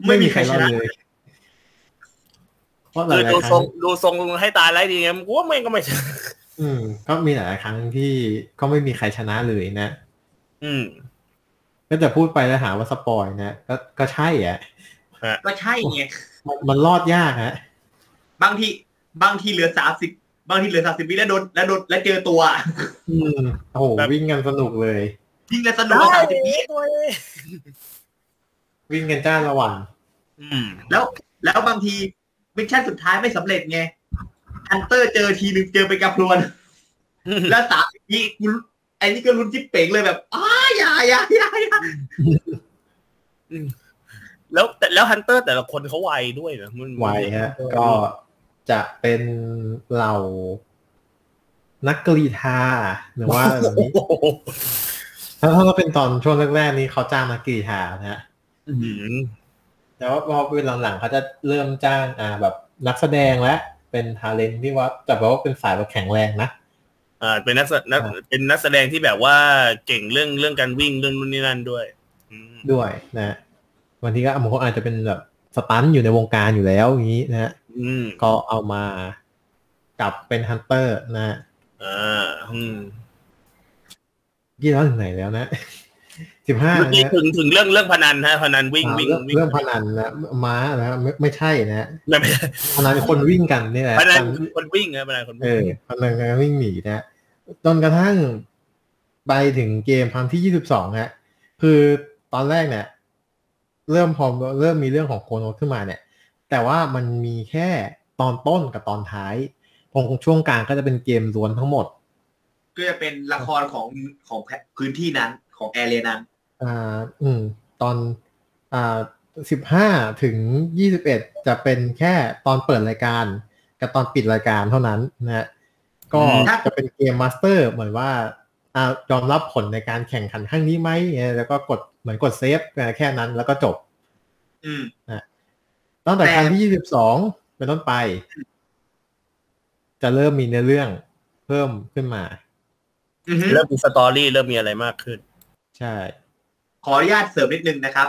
Speaker 3: ไม่มีใครชนะ
Speaker 4: ไม่มีเลย เพราะหลา
Speaker 2: คื
Speaker 4: ย
Speaker 2: อ
Speaker 4: ๆค
Speaker 2: ดูทร
Speaker 4: รั้
Speaker 2: ง
Speaker 4: ง
Speaker 2: ดูทรงให้ตายไร้ดีไงกูว่าแม่งก็ไม่ชนะ
Speaker 4: อืม ก็มีหลายๆครั้งที่ก็ไม่มีใครชนะเลยนะ
Speaker 2: อืม
Speaker 4: ก็จะพูดไปแล้วหาว่าสปอยนะก็ก็ใช่อ่ะ
Speaker 3: ก็ใช่ไง
Speaker 4: มันมันรอดยากฮะ
Speaker 3: บางทีบางทีเหลือสามสิบบางทีเหลือสามสิบวิแล้วโดนแล้วโดนแล้วเจอตัว
Speaker 4: อืมโอ้โห
Speaker 2: แบบ
Speaker 4: วิ่งกันสนุกเลย
Speaker 3: ยิ่งแล้วสนุกกว่าสามสิบวิ
Speaker 4: วิ่งกันจ้าละวัน
Speaker 2: อืม
Speaker 3: แล้ว แล้วบางทีมิชชั่นสุดท้ายไม่สำเร็จไงฮันเตอร์เจอทีนึงเจอไปนกระพรวน แล้วสามสิบวิกูไอ้นี่ก็ลุ้นจิ๊บเป่งเลยแบบอ้าอย่าอย่าอย่าอย่า
Speaker 2: แล้วแต่แล้วฮันเตอร์แต่ละคนเขาไวด้วยนะมัน
Speaker 4: ไวฮะ ก็จะเป็นเหล่า นักกรีธาหรือว่าอะไรแบบ
Speaker 2: [laughs]
Speaker 4: นี้
Speaker 2: โอ้โห
Speaker 4: ถ้าถ้าเราเป็นตอนช่วงแรกๆนี้เขาจ้างนักกรีธานะฮะ
Speaker 2: อืม
Speaker 4: แต่ว่าพอเป็นหลังๆเขาจะเริ่มจ้างอ่าแบบนักแสดงและเป็นทาเลนที่ว่าแต่ว่าเป็นสายแบบแข็งแรงนะ
Speaker 2: อ่าเป็นนักแสนัก
Speaker 4: อ่า
Speaker 2: เป็นนักแสดงที่แบบว่าเก่งเรื่องเรื่องการวิ่งเรื่องนู่นนี่นั่นด้วย อืม
Speaker 4: ด้วยนะบางทีก็บางคนอาจจะเป็นแบบสตันอยู่ในวงการอยู่แล้วอย่างนี้นะ
Speaker 2: อืม
Speaker 4: ก็เอามากลับเป็นฮันเตอร์นะ
Speaker 2: อ่าอืม
Speaker 4: ยี่ร้อถึงไหนแล้วนะ [laughs] สิบห้า
Speaker 2: เมื่อกี้
Speaker 4: นะ
Speaker 2: ถึงถึงเรื่องเรื่องพนันฮะพนันวิ่ง
Speaker 4: อ่า
Speaker 2: วิ่ง
Speaker 4: เรื่อง
Speaker 2: วิ่ง
Speaker 4: เรื่องพนันนะม้านะไม่ไม่ใช่นะ
Speaker 2: ไม่ไม่
Speaker 4: พนันคนวิ่งกันนี่แหละ
Speaker 2: พนัน
Speaker 4: ตอ
Speaker 2: คนวิ่งนะพนันคน
Speaker 4: เอ
Speaker 2: วิ่ง
Speaker 4: อพลังงานวิ่งหนีนะจนกระทั่งไปถึงเกมพันที่ยี่สิบสองฮะ คือตอนแรกเนี่ยเริ่มพอเริ่มมีเรื่องของโคโนะขึ้นมาเนี่ย แต่ว่ามันมีแค่ตอนต้นกับตอนท้ายตรงช่วงกลางก็จะเป็นเกมล้วนทั้งหมด
Speaker 3: ก็จะเป็นละครของของพื้นที่นั้นของแอเรียนั้น
Speaker 4: อ่า อืม ตอน อ่าสิบห้าถึงยี่สิบเอ็ดจะเป็นแค่ตอนเปิดรายการ กับตอนปิดรายการเท่านั้นนะฮะ ก็
Speaker 3: ครับ
Speaker 4: จะเป็นเกมมาสเตอร์ เหมือนว่า อ่ายอมรับผลในการแข่งขันครั้งนี้ไหมเนี่ยแล้วก็กดเหมือนกดเซฟนะแค่นั้นแล้วก็จบ
Speaker 3: อืม
Speaker 4: ตั้งแต่
Speaker 3: แต่
Speaker 4: ครั้งที่ยี่สิบสองเป็นต้นไป จะเริ่มมีเนื้อเรื่องเพิ่มขึ้นมา
Speaker 3: อือฮึ
Speaker 2: เริ่มมีสตอรี่เริ่มมีอะไรมากขึ้น
Speaker 4: ใช่
Speaker 3: ขออนุญาตเสริมนิดนึงนะครับ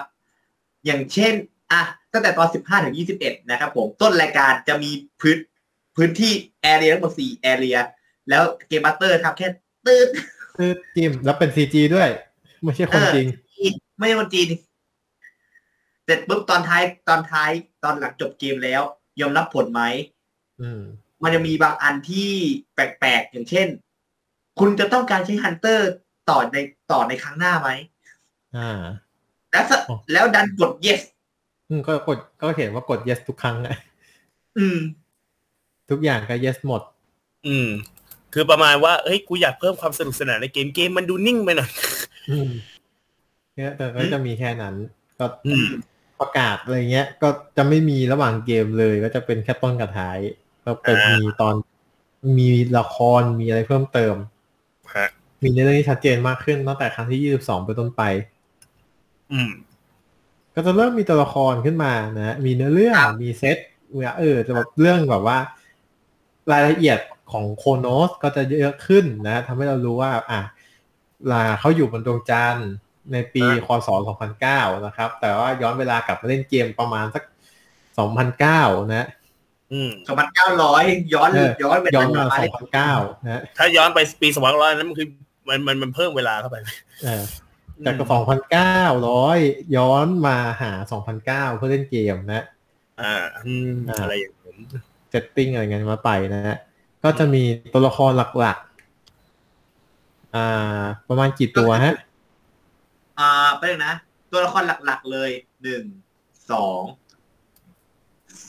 Speaker 3: อย่างเช่น อ่ะ ตั้งแต่ตอน 15 ถึง 21 นะครับผม ต้นรายการจะมีพื้น พื้นที่แอเรียทั้งหมด4แอเรีย แล้วเกมบัตเตอร์ทำแค่ตืด
Speaker 4: คือจิมแล้วเป็นซีจีด้วย ไม่ใช่คน
Speaker 3: เออ
Speaker 4: จริง
Speaker 3: ไม่ใช่คนจีน เสร็จปุ๊บตอนท้าย ตอนท้าย ตอนหลังจบเกมแล้ว ยอมรับผลไหม
Speaker 4: อืม
Speaker 3: มันจะมีบางอันที่แปลกๆ อย่างเช่น คุณจะต้องการใช้ฮันเตอร์ต่อในต่อในครั้งหน้าไหม
Speaker 4: อ่า
Speaker 3: แล้วสะ
Speaker 4: อ๋อ
Speaker 3: แล้วดันกด yes
Speaker 4: อืมก็กดก็เห็นว่ากด yes ทุกครั้ง [laughs] อะ
Speaker 3: อืม
Speaker 4: ทุกอย่างก็ yes หมด
Speaker 2: อืม คือประมาณว่าเฮ้ยกูอยากเพิ่มความสนุกสนานในเกมเกมมันดูนิ่งไปหน่อย
Speaker 4: อืมเนี่ยแต่ก็จะมีแค่นั้น ก็
Speaker 2: อืม
Speaker 4: ประกาศอะไรเงี้ย ก็จะไม่มีระหว่างเกมเลย ก็จะเป็นแค่ต้นกับท้าย ก็เป็น
Speaker 2: อ่ามี
Speaker 4: มีตอน มีละครมีอะไรเพิ่มเติม
Speaker 2: ฮะ
Speaker 4: มีในเรื่องที่ชัดเจนมากขึ้นตั้งแต่ครั้งที่ยี่สิบสองเป็นต้นไป
Speaker 2: อืม
Speaker 4: ก็จะเริ่มมีตัวละครขึ้นมานะ มีเนื้อเรื่อง
Speaker 3: ครับ
Speaker 4: มีเซตเออจะแบบเรื่องแบบว่า รายละเอียดของโคโนสก็จะเยอะขึ้นนะทำให้เรารู้ว่า อ่ะลาเขาอยู่บนดวงจันทร์ในปี
Speaker 2: อ่ะ
Speaker 4: คศ2009 นะครับ แต่ว่าย้อนเวลากลับมาเล่นเกมประมาณสัก 2009 นะ
Speaker 2: อืม
Speaker 3: สองพันเก้าร้อยย้อน
Speaker 4: เออ
Speaker 3: ย้อนเว
Speaker 4: ย้อ
Speaker 3: ลาน กลับมา
Speaker 4: มา
Speaker 3: เลย
Speaker 4: 2009 นะ
Speaker 2: ถ้าย้อนไปปีสองพันร้อยนั้นมันคือมันมันมันเพิ่มเวลาเข้าไป
Speaker 4: เออจากกับ2,900 ย้อนมาหา 2,009 เพื่อเล่นเกมนะ
Speaker 2: อ่าอืมอะไรอย่างนี้น
Speaker 4: เซตติ้งอะไรเงี้ยมาไปนะฮะ ก็จะมีตัวละครหลักๆ อ่า ประมาณกี่ตัวฮะ
Speaker 3: อ่าไปเลยนะ ตัวละครหลักๆเลยหนึ่งสอง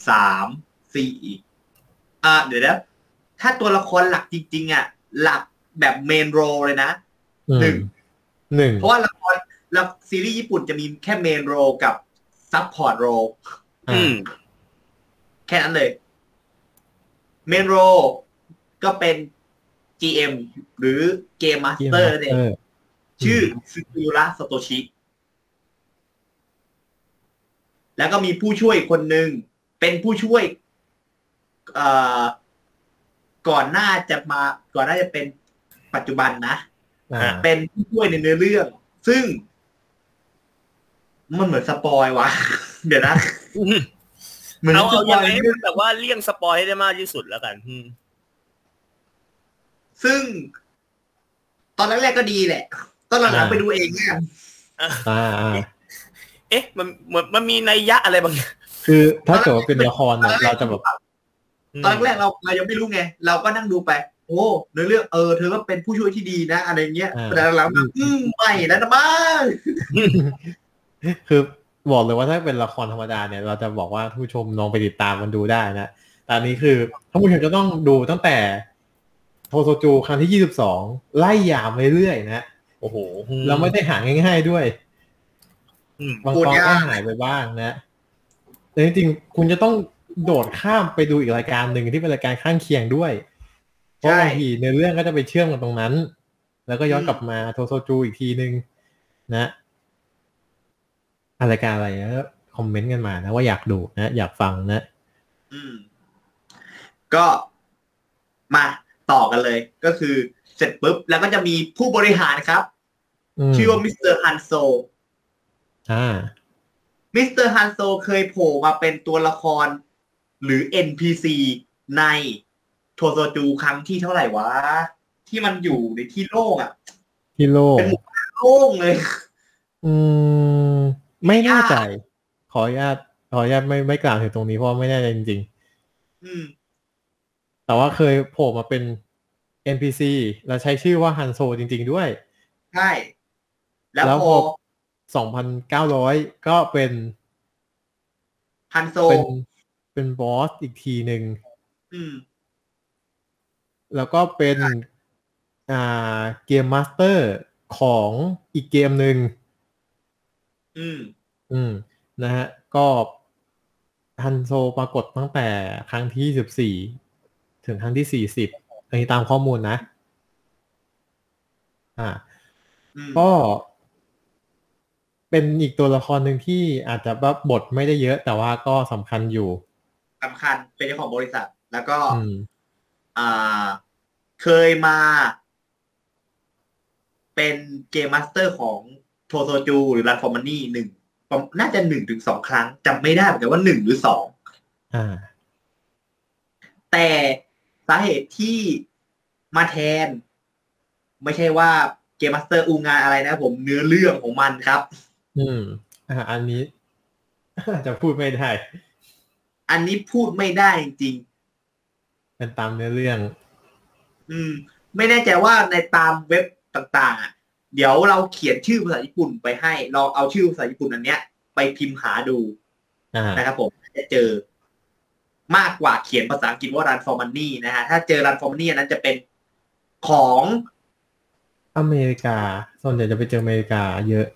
Speaker 3: สามสี่อ่าเดี๋ยวนะถ้าตัวละครหลักจริง ๆ อ่ะ หลักแบบเมนโรเลยนะ
Speaker 4: อืม
Speaker 3: หนึ่ง
Speaker 4: หนึ่ง
Speaker 3: เพราะว่าละครละซีรีส์ญี่ปุ่นจะมีแค่เมนโรกับซับพอร์ตโร
Speaker 4: อ่า
Speaker 2: อืม
Speaker 3: แค่นั้นเลยเมนโรก็เป็น GM หรือเกมมาส
Speaker 4: ที่
Speaker 3: เตอร์เนี่ย
Speaker 4: เออ
Speaker 3: ชื่อซึกุระสโตชิ แล้วก็มีผู้ช่วยคนหนึ่งเป็นผู้ช่วยเอ่อก่อนหน้าจะมา ก่อนหน้าจะเป็นปัจจุบันนะ
Speaker 4: อ่า
Speaker 3: เป็นผู้ช่วยในเนื้อเรื่อง ซึ่ง มันเหมือนสปอยวะ [laughs] เดี๋ยวนะเหมือน
Speaker 2: เอา
Speaker 3: ส
Speaker 2: เอา
Speaker 3: ป
Speaker 2: ยั
Speaker 3: อง ย
Speaker 2: ไงให้มันแบบว่าเลี่ยงสปอยให้ได้มากที่สุดแล้วกันอืม
Speaker 3: ซึ่ง ตอนแรกๆก็ดีแหละ ตอนหลัง
Speaker 4: อ่า
Speaker 3: ๆไปดูเองเนี่ย
Speaker 4: อ่าอ่า
Speaker 2: เอ๊ะ มันเหมือนมันมีนัยยะอะไรบางอย่าง
Speaker 4: คือถ้าเกิดว่าเป็นละครเนี่ยเราจะแบบ
Speaker 3: ตอนแรกๆเราเรายังไม่รู้ไง เราก็นั่งดูไป โอ้เนื้อเรื่องเออเธอก็เป็นผู้ช่วยที่ดีนะ อะไรเงี้ยแต่หลังๆอืมไม่แล้วนะบ้าง
Speaker 4: คือบอกเลยว่าถ้าเป็นละครธรรมดาเนี่ย เราจะบอกว่าท่านผู้ชมลองไปติดตามมันดูได้นะแต่อันนี้คือท่านผู้ชมจะต้องดูตั้งแต่โทโซจูครั้งที่ยี่สิบสองไล่ยาวไปเรื่อยนะ
Speaker 2: โอ้โห
Speaker 4: เราไม่ได้หาง่ายๆด้วย
Speaker 2: อืม
Speaker 4: บาง
Speaker 3: พู
Speaker 4: ต
Speaker 3: ด
Speaker 4: อน
Speaker 3: ยาก
Speaker 4: ก็หายไปบ้างนะแต่จริงๆ คุณจะต้องโดดข้ามไปดูอีกรายการหนึ่งที่เป็นรายการข้างเคียงด้วย เพราะบางทีในอเรื่องก็จะไปเชื่อมกันตรงนั้น แล้วก็ย้อนกลับมาโทโซจูอีกทีนึง นะอะไรายการอะไรนะคอมเมนต์กันมานะว่าอยากดูนะ อยากฟังนะ
Speaker 3: อืม ก็มาต่อกันเลย ก็คือเสร็จปุ๊บ แล้วก็จะมีผู้บริหารครับ
Speaker 4: อืม
Speaker 3: ชื่อว่ามิสเตอร์ฮันโซ
Speaker 4: อ่า
Speaker 3: มิสเตอร์ฮันโซเคยโผล่มาเป็นตัวละคร หรือ NPC ในโทโซจูครั้งที่เท่าไหร่วะ ที่มันอยู่ในที่โล่งอะ
Speaker 4: ที่โลก
Speaker 3: โล่งเลย
Speaker 4: อืม ไม่แน่ใจ ขออนุญาตขออนุญาตไม่ไม่กล่าวถึงตรงนี้เพราะว่าไม่แน่ใจจริงๆ
Speaker 3: อืม
Speaker 4: แต่ว่าเคยโผล่มาเป็น NPC แล้วใช้ชื่อว่าฮันโซจริง ๆ ด้วย
Speaker 3: ใช่ แล้ว
Speaker 4: แล้ว
Speaker 3: พ
Speaker 4: พ
Speaker 3: อ
Speaker 4: อ 2,900 ก็เป็น
Speaker 3: ฮันโซ
Speaker 4: เป็นเป็นบอสอีกทีหนึ่ง
Speaker 3: อืม
Speaker 4: แล้วก็เป็นอ่าเกมมาสเตอร์ของอีกเกมหนึ่ง
Speaker 3: อืม
Speaker 4: อืมนะฮะ ก็ฮันโซปรากฏตั้งแต่ครั้งที่ 24 ถึงครั้งที่ 40 อันนี้ตามข้อมูลนะ อ่า
Speaker 3: อืม
Speaker 4: ก็เป็นอีกตัวละครหนึ่งที่อาจจะแบบบทไม่ได้เยอะ แต่ว่าก็สำคัญอยู่
Speaker 3: สำคัญ เป็นเจ้าของบริษัท แล้วก็
Speaker 4: อืม
Speaker 3: อ่า เคยมา เป็นเกมมาสเตอร์ของโทโซจู หรือรันฟอร์มานี่หนึ่งประมาณน่าจะหนึ่งถึงสองครั้งจำไม่ได้เหมือนกันว่าหนึ่งหรือสอง
Speaker 4: อ่า
Speaker 3: แต่สาเหตุที่มาแทน ไม่ใช่ว่าเกมมาสเตอร์อูงานอะไรนะครับผมเนื้อเรื่องของมันครับ
Speaker 4: อืม อ่า อันนี้ อาจจะพูดไม่ได้
Speaker 3: อันนี้พูดไม่ได้จริง
Speaker 4: เป็นตามเนื้อเรื่อง
Speaker 3: ๆอืม ไม่แน่ใจว่าในตามเว็บต่างๆอะเดี๋ยวเราเขียนชื่อภาษาญี่ปุ่นไปให้ลองเอาชื่อภาษาญี่ปุ่นอันเนี้ย ไปพิมพ์หาดู
Speaker 4: อ่า
Speaker 3: นะครับผมจะเจอ มากกว่าเขียนภาษาอังกฤษว่ารันฟอร์มันนี่นะฮะถ้าเจอรันฟอร์มันนี่นนั้นจะเป็นของ
Speaker 4: อเมริกา ส่วนใหญ่จะไปเจออเมริกาเยอะ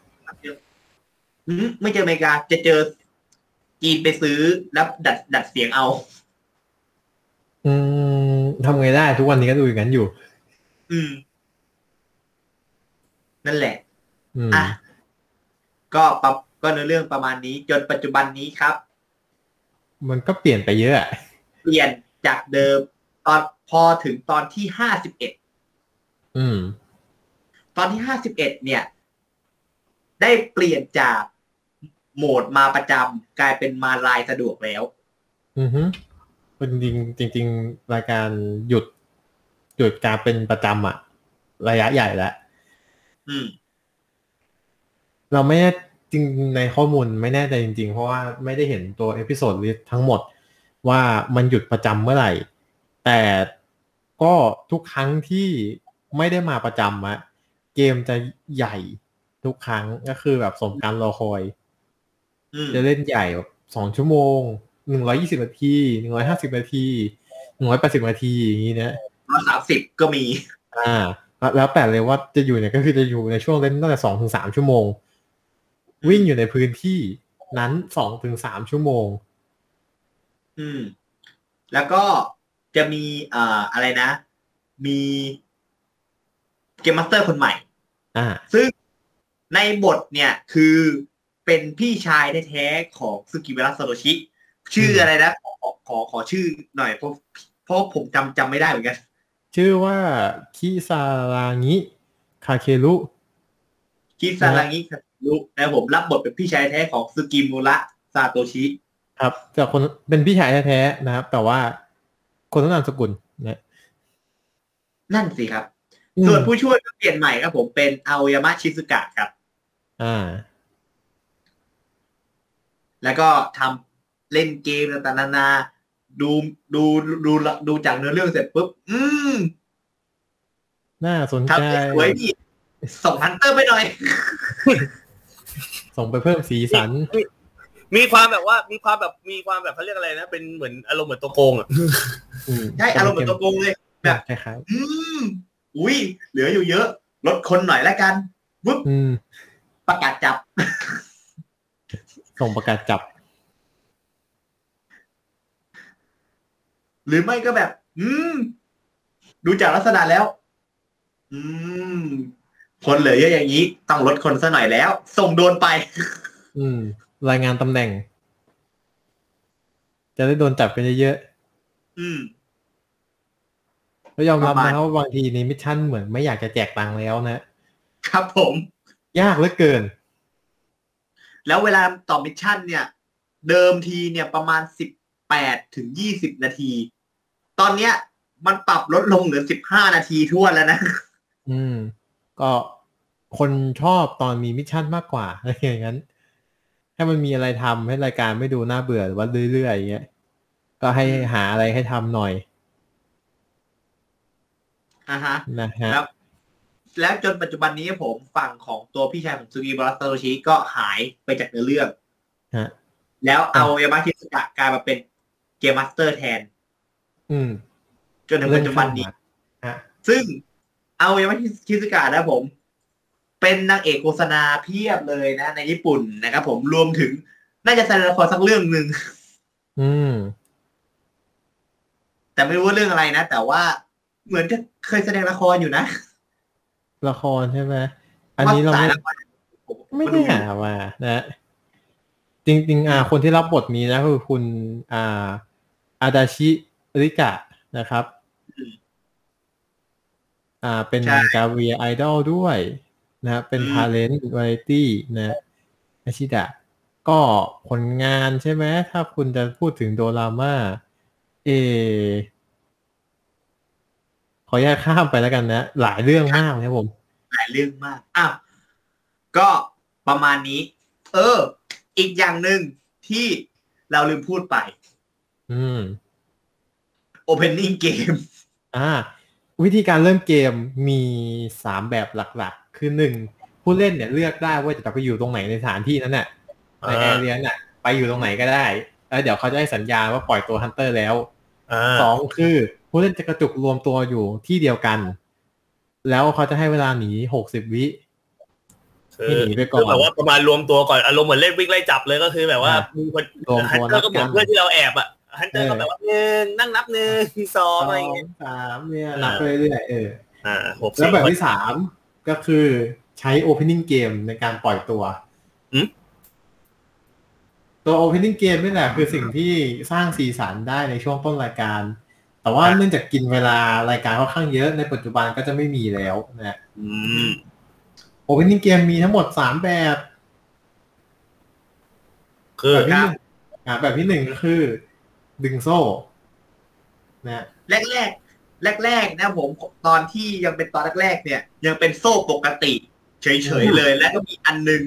Speaker 3: อืมไม่เจออเมริกาจะเจอจีนไปซื้อแล้วดัดดัดเสียงเอา
Speaker 4: อืมทำไงได้ ทุกวันนี้ก็ดูอย่างนั้นอยู่
Speaker 3: อืม นั่นแหละ
Speaker 4: อืม
Speaker 3: อ่ะ ก็ปรับก็ในอเรื่องประมาณนี้จนปัจจุบันนี้ครับ
Speaker 4: มันก็เปลี่ยนไปเยอะอะ
Speaker 3: เปลี่ยนจากเดิมตอนพอถึงตอนที่ห้าสิบเอ็ด
Speaker 4: อืม
Speaker 3: ตอนที่ห้าสิบเอ็ดเนี่ย ได้เปลี่ยนจากโหมดมาประจำกลายเป็นมาลายสะดวกแล้ว
Speaker 4: อือฮึจริงๆจริงจริง ๆ รายการหยุด หยุดการเป็นประจำอะระยะใหญ่แล้ว
Speaker 3: อืม
Speaker 4: เราไม่แน่จริงในข้อมูลไม่แน่ใจจริง ๆ เพราะว่าไม่ได้เห็นตัวเอพิโซดลิสต์ทั้งหมดว่ามันหยุดประจำเมื่อไหร่ แต่ก็ทุกครั้งที่ไม่ได้มาประจำอะเกมจะใหญ่ทุกครั้งก็คือแบบสมการรอคอย
Speaker 3: อืม
Speaker 4: จะเล่นใหญ่แบบสองชั่วโมงหนึ่งร้อยี่สิบนาทีหนึ่งร้อยห้าสิบนาทีหนึ่งร้อยแปดสิบนาทีอย่างนี้นะ
Speaker 3: ร้อยสามสิบก็มี
Speaker 4: อ่าแล้วแล้วแต่เลยว่าจะอยู่เนี่ยก็คือจะอยู่ในช่วงเล่นตั้งแต่สองถึงสามชั่วโมง วิ่งอยู่ในพื้นที่นั้นสองถึงสามชั่วโมง
Speaker 3: อืม แล้วก็จะมีเอ่ออะไรนะ มีเกมมาสเตอร์คนใหม่
Speaker 4: อ่า
Speaker 3: ซึ่งในบทเนี่ยคือเป็นพี่ชายแท้ๆของซึกิเวระซาโตชิ ชื่ออะไรนะ ขอขอขอขอชื่อหน่อยเพราะเพราะผมจำจำไม่ได้เหมือนกัน
Speaker 4: ชื่อว่าคิซารางิคาเครุ
Speaker 3: คิดซารางิคาเ ยุและผมรับบทเป็นพี่ชายแท้ของซูกิมุระซาโตชิ
Speaker 4: ครับจากคนเป็นพี่ชายแท้ๆนะครับ แต่ว่าคนต้นนามสกุลนะ
Speaker 3: นั่นสิครับ
Speaker 4: อืม
Speaker 3: ส่วนผู้ช่วยก็เปลี่ยนใหม่ครับผมเป็นอาโอยามะชิซุกะครับ
Speaker 4: อ่า
Speaker 3: แล้วก็ทำเล่นเกมต่างๆนานาดูดูดูดูจากเนื้อเรื่องเสร็จปุ๊บ อืม
Speaker 4: น่าสน
Speaker 3: ทำ
Speaker 4: ใจ
Speaker 3: ได้สวยดีส่งฮันเตอร์ไปหน่อย
Speaker 4: ส่งไปเพิ่มสีสัน
Speaker 2: มีความแบบว่ามีความแบบมีความแบบเขาเรียกอะไรนะ เป็นเหมือนอารมณ์เหมือนตัวโกงอ่ะ
Speaker 4: อืม
Speaker 3: ใช่อารมณ์เหมือนตัวโกงเลย แบบ
Speaker 4: คล้าย
Speaker 3: อืม อุ้ยเหลืออยู่เยอะ ลดคนหน่อยละกันวุ๊บ
Speaker 4: ๆอืม
Speaker 3: ประกาศจับ
Speaker 4: ส่งประกาศจับ
Speaker 3: หรือไม่ก็แบบ อืม ดูจากลักษณะแล้ว อืม คนเหลือเยอะอย่างนี้ ต้องลดคนซะหน่อยแล้ว ส่งโดนไป
Speaker 4: อืม รายงานตำแหน่ง จะได้โดนจับกันเยอะ
Speaker 3: อืม
Speaker 4: ๆแล้วยอมรับ
Speaker 3: ประมาณ
Speaker 4: นะว่าบางทีในมิชชั่นเหมือนไม่อยากจะแจกตังค์แล้วนะ
Speaker 3: ครับผม
Speaker 4: ยากเหลือเกิน
Speaker 3: แล้วเวลาต่อมิชชั่นเนี่ย เดิมทีเนี่ยประมาณสิบแปดถึงยี่สิบนาที ตอนเนี้ย มันปรับลดลงเหลือสิบห้านาทีทั่วนแล้วนะ
Speaker 4: อืม ก็คนชอบตอนมีมิชชั่นมากกว่า อะไรอย่างนั้น ให้มันมีอะไรทำให้รายการไม่ดูน่าเบื่อหรือว่าเรื่อยๆอย่างเงี้ย ก็ให้หาอะไรให้ทำหน่อย
Speaker 3: อ่าฮะ
Speaker 4: นะฮะ
Speaker 3: ครับ แล้วจนปัจจุบันนี้ผมฝั่งของตัวพี่ชายของซูกิบาราโตโรชิก็หายไปจากเนื้อเรื่อง
Speaker 4: ฮะ
Speaker 3: แล้วเอายามาทิสกะกลายมาเป็นเกมมาสเตอร์แทน
Speaker 4: อืม
Speaker 3: จนถึงปัจจุบันนี้
Speaker 4: ฮะ
Speaker 3: ซึ่งเอายามาทิสกะนะผม เป็นนางเอกโฆษณาเพียบเลยนะ ในญี่ปุ่นนะครับผมรวมถึงน่าจะแสดงละครสักเรื่องหนึ่ง
Speaker 4: อืม
Speaker 3: แต่ไม่รู้ว่าเรื่องอะไรนะ แต่ว่าเหมือนจะเคยแสดงละครอยู่นะ
Speaker 4: ละครใช่ไหม อันนี้เราไม่
Speaker 3: ว่สยละครผม
Speaker 4: ไม่ได้หามานะ จริง ๆ อ่า คนที่รับบทนี้นะคือคุณอ่าอาดาชิริกะนะครับ อ่า เป็นกาเวียไอดอลด้วยนะเป็นทาเลนต์วาไรตี้นะอาชิดะ ก็ผลงานใช่ไหม ถ้าคุณจะพูดถึงโดราม่า เออขออนุญาตข้ามไปแล้วกันนะ หลายเรื่องมากนะครับผม
Speaker 3: หลายเรื่องมากอ้าวก็ประมาณนี้ เออ อีกอย่างหนึ่งที่เราลืมพูดไป
Speaker 4: อืม
Speaker 3: Opening Game
Speaker 4: อ่า วิธีการเริ่มเกมมีสามแบบหลักๆ คือหนึ่งผู้เล่นเนี่ยเลือกได้ว่าจะไปอยู่ตรงไหนในสถานที่นั้นน่ะในแอ
Speaker 2: อ่า
Speaker 4: เรียน่ะ ไปอยู่ตรงไหนก็ได้แล้วเดี๋ยวเขาจะให้สัญญาณว่าปล่อยตัวฮันเตอร์แล้ว
Speaker 2: อ่า
Speaker 4: สองคือผู้เล่นจะกระจุกรวมตัวอยู่ที่เดียวกัน แล้วเขาจะให้เวลาหนีหกสิบวิ
Speaker 2: คื
Speaker 4: ให้
Speaker 2: อ
Speaker 4: หนีไปก่อน
Speaker 2: คือแบบว่าประมาณรวมตัวก่อนอารมณ์เหมือนเล่นวิ่งไล่จับเลยก็คือแบบว่า
Speaker 4: อ่ะ
Speaker 2: มีคน
Speaker 4: รวม
Speaker 2: ฮัน
Speaker 4: ตัว
Speaker 2: เตอ
Speaker 4: นั
Speaker 2: ร์
Speaker 4: บ
Speaker 2: ก็เหมื
Speaker 4: กั
Speaker 2: อน
Speaker 4: น
Speaker 2: เพื่อนที่เราแอบอ่ะฮันเตอร์
Speaker 4: เออ
Speaker 2: ก็แบบว่าหนึ่งนั่งนับหนึ่งสอ
Speaker 4: ส
Speaker 2: ง
Speaker 4: อง
Speaker 2: อะไรอย่างเงี้ย
Speaker 4: สามเนี่ยนับไปเรื่อยๆเออ
Speaker 2: อ่าหกสิ
Speaker 4: แล้ว
Speaker 2: บ
Speaker 4: แบบที่สามก็คือใช้ opening game ในการปล่อยตัว
Speaker 2: อืม
Speaker 4: ตัว opening game นี่แหละคือสิ่งที่สร้างสีสันได้ในช่วงต้นรายการ แต่ว่าเนื่องจากกินเวลารายการค่อนข้างเยอะในปัจจุบันก็จะไม่มีแล้วนะ
Speaker 2: อืม
Speaker 4: opening game มีทั้งหมดสามแบบ
Speaker 2: คือ
Speaker 4: แบบที่หนึ่งอ่าแบบที่หนึ่งก็คือ ดึงโซ่นะ
Speaker 3: แรกแรกแรกแรกๆนะผมตอนที่ยังเป็นตอนแรกๆเนี่ย ยังเป็นโซ่ปกติ เฉยๆเลย แล้วก็มีอันหนึ่ง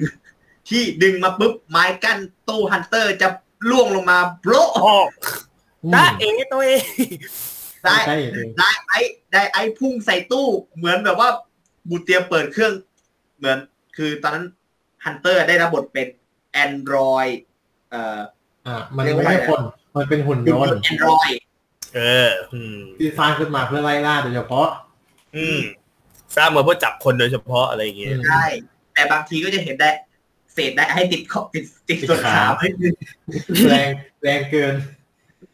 Speaker 3: ที่ดึงมาปุ๊บ ไม้กั้นตู้ฮันเตอร์จะล่วงลงมาโบะ
Speaker 2: ออก
Speaker 4: อืม
Speaker 2: ได้เอตัวเอง
Speaker 3: ได้
Speaker 4: ใช่เลย
Speaker 3: ได้ไอ้ได้ไอ้พุ่งใส่ตู้ เหมือนแบบว่าบูเตรียมเปิดเครื่อง เหมือน คือตอนนั้นฮันเตอร์ได้รับบทเป็น Android เอ่อ
Speaker 4: อ่ามัน
Speaker 3: เรียก
Speaker 4: ไม่
Speaker 3: ว่า
Speaker 4: ใช่
Speaker 3: อะไรนะ
Speaker 4: คน มันเป็นหุ่นย
Speaker 3: หุ่น
Speaker 4: น
Speaker 3: ยน
Speaker 4: ต์
Speaker 3: ต์ Android
Speaker 2: เอออืม
Speaker 4: ที่สร้างขึ้นมาเพื่อไล่ล่าโดยเฉพาะ
Speaker 2: อืมสร้างมาเพื่อจับคนโดยเฉพาะอะไรอย่างเงี้ย
Speaker 3: ได้ แต่บางทีก็จะเห็นได้เศษได้ให้ติดข้อติดติดส่วนขาไว้คือ
Speaker 4: แรงแรงเกิน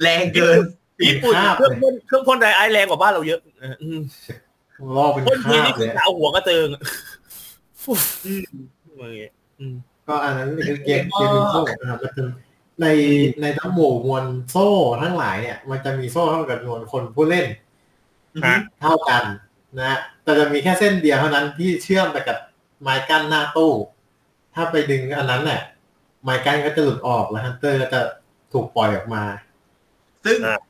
Speaker 3: แรงเกิน
Speaker 2: ญี่ปุ่น
Speaker 4: ภาพ
Speaker 2: เค
Speaker 4: เล
Speaker 2: รื่องพ่
Speaker 4: ย
Speaker 2: นเครื่องพ่นไดไอซ์แรงกว่าบ้านเราเยอะเอออืม
Speaker 4: รอบเป็น
Speaker 2: พ่นที
Speaker 4: คา
Speaker 2: นี่
Speaker 4: บ
Speaker 2: คื
Speaker 4: เล
Speaker 2: อย สาวหัวกระ [laughs] เติง
Speaker 3: อืม
Speaker 2: อะไรอย่างเงี้ย
Speaker 4: ก็อันนั้นคือเกมเกมเป็นโซ่นะครับแล้วคือในในทั้งหมู่มวลโซ่ทั้งหลายเนี่ย มันจะมีโซ่เท่ากับจำนวนคนผู้เล่น
Speaker 2: ฮะ
Speaker 4: เท่ากันนะแต่จะมีแค่เส้นเดียวเท่านั้นที่เชื่อมไปกับไม้กั้นหน้าตู้ ถ้าไปดึงอันนั้นแหละไมค์กันก็จะหลุดออกแล้วฮันเตอร์ก็จะถูกปล่อยออกมา
Speaker 3: ซึ่ง
Speaker 2: อ่า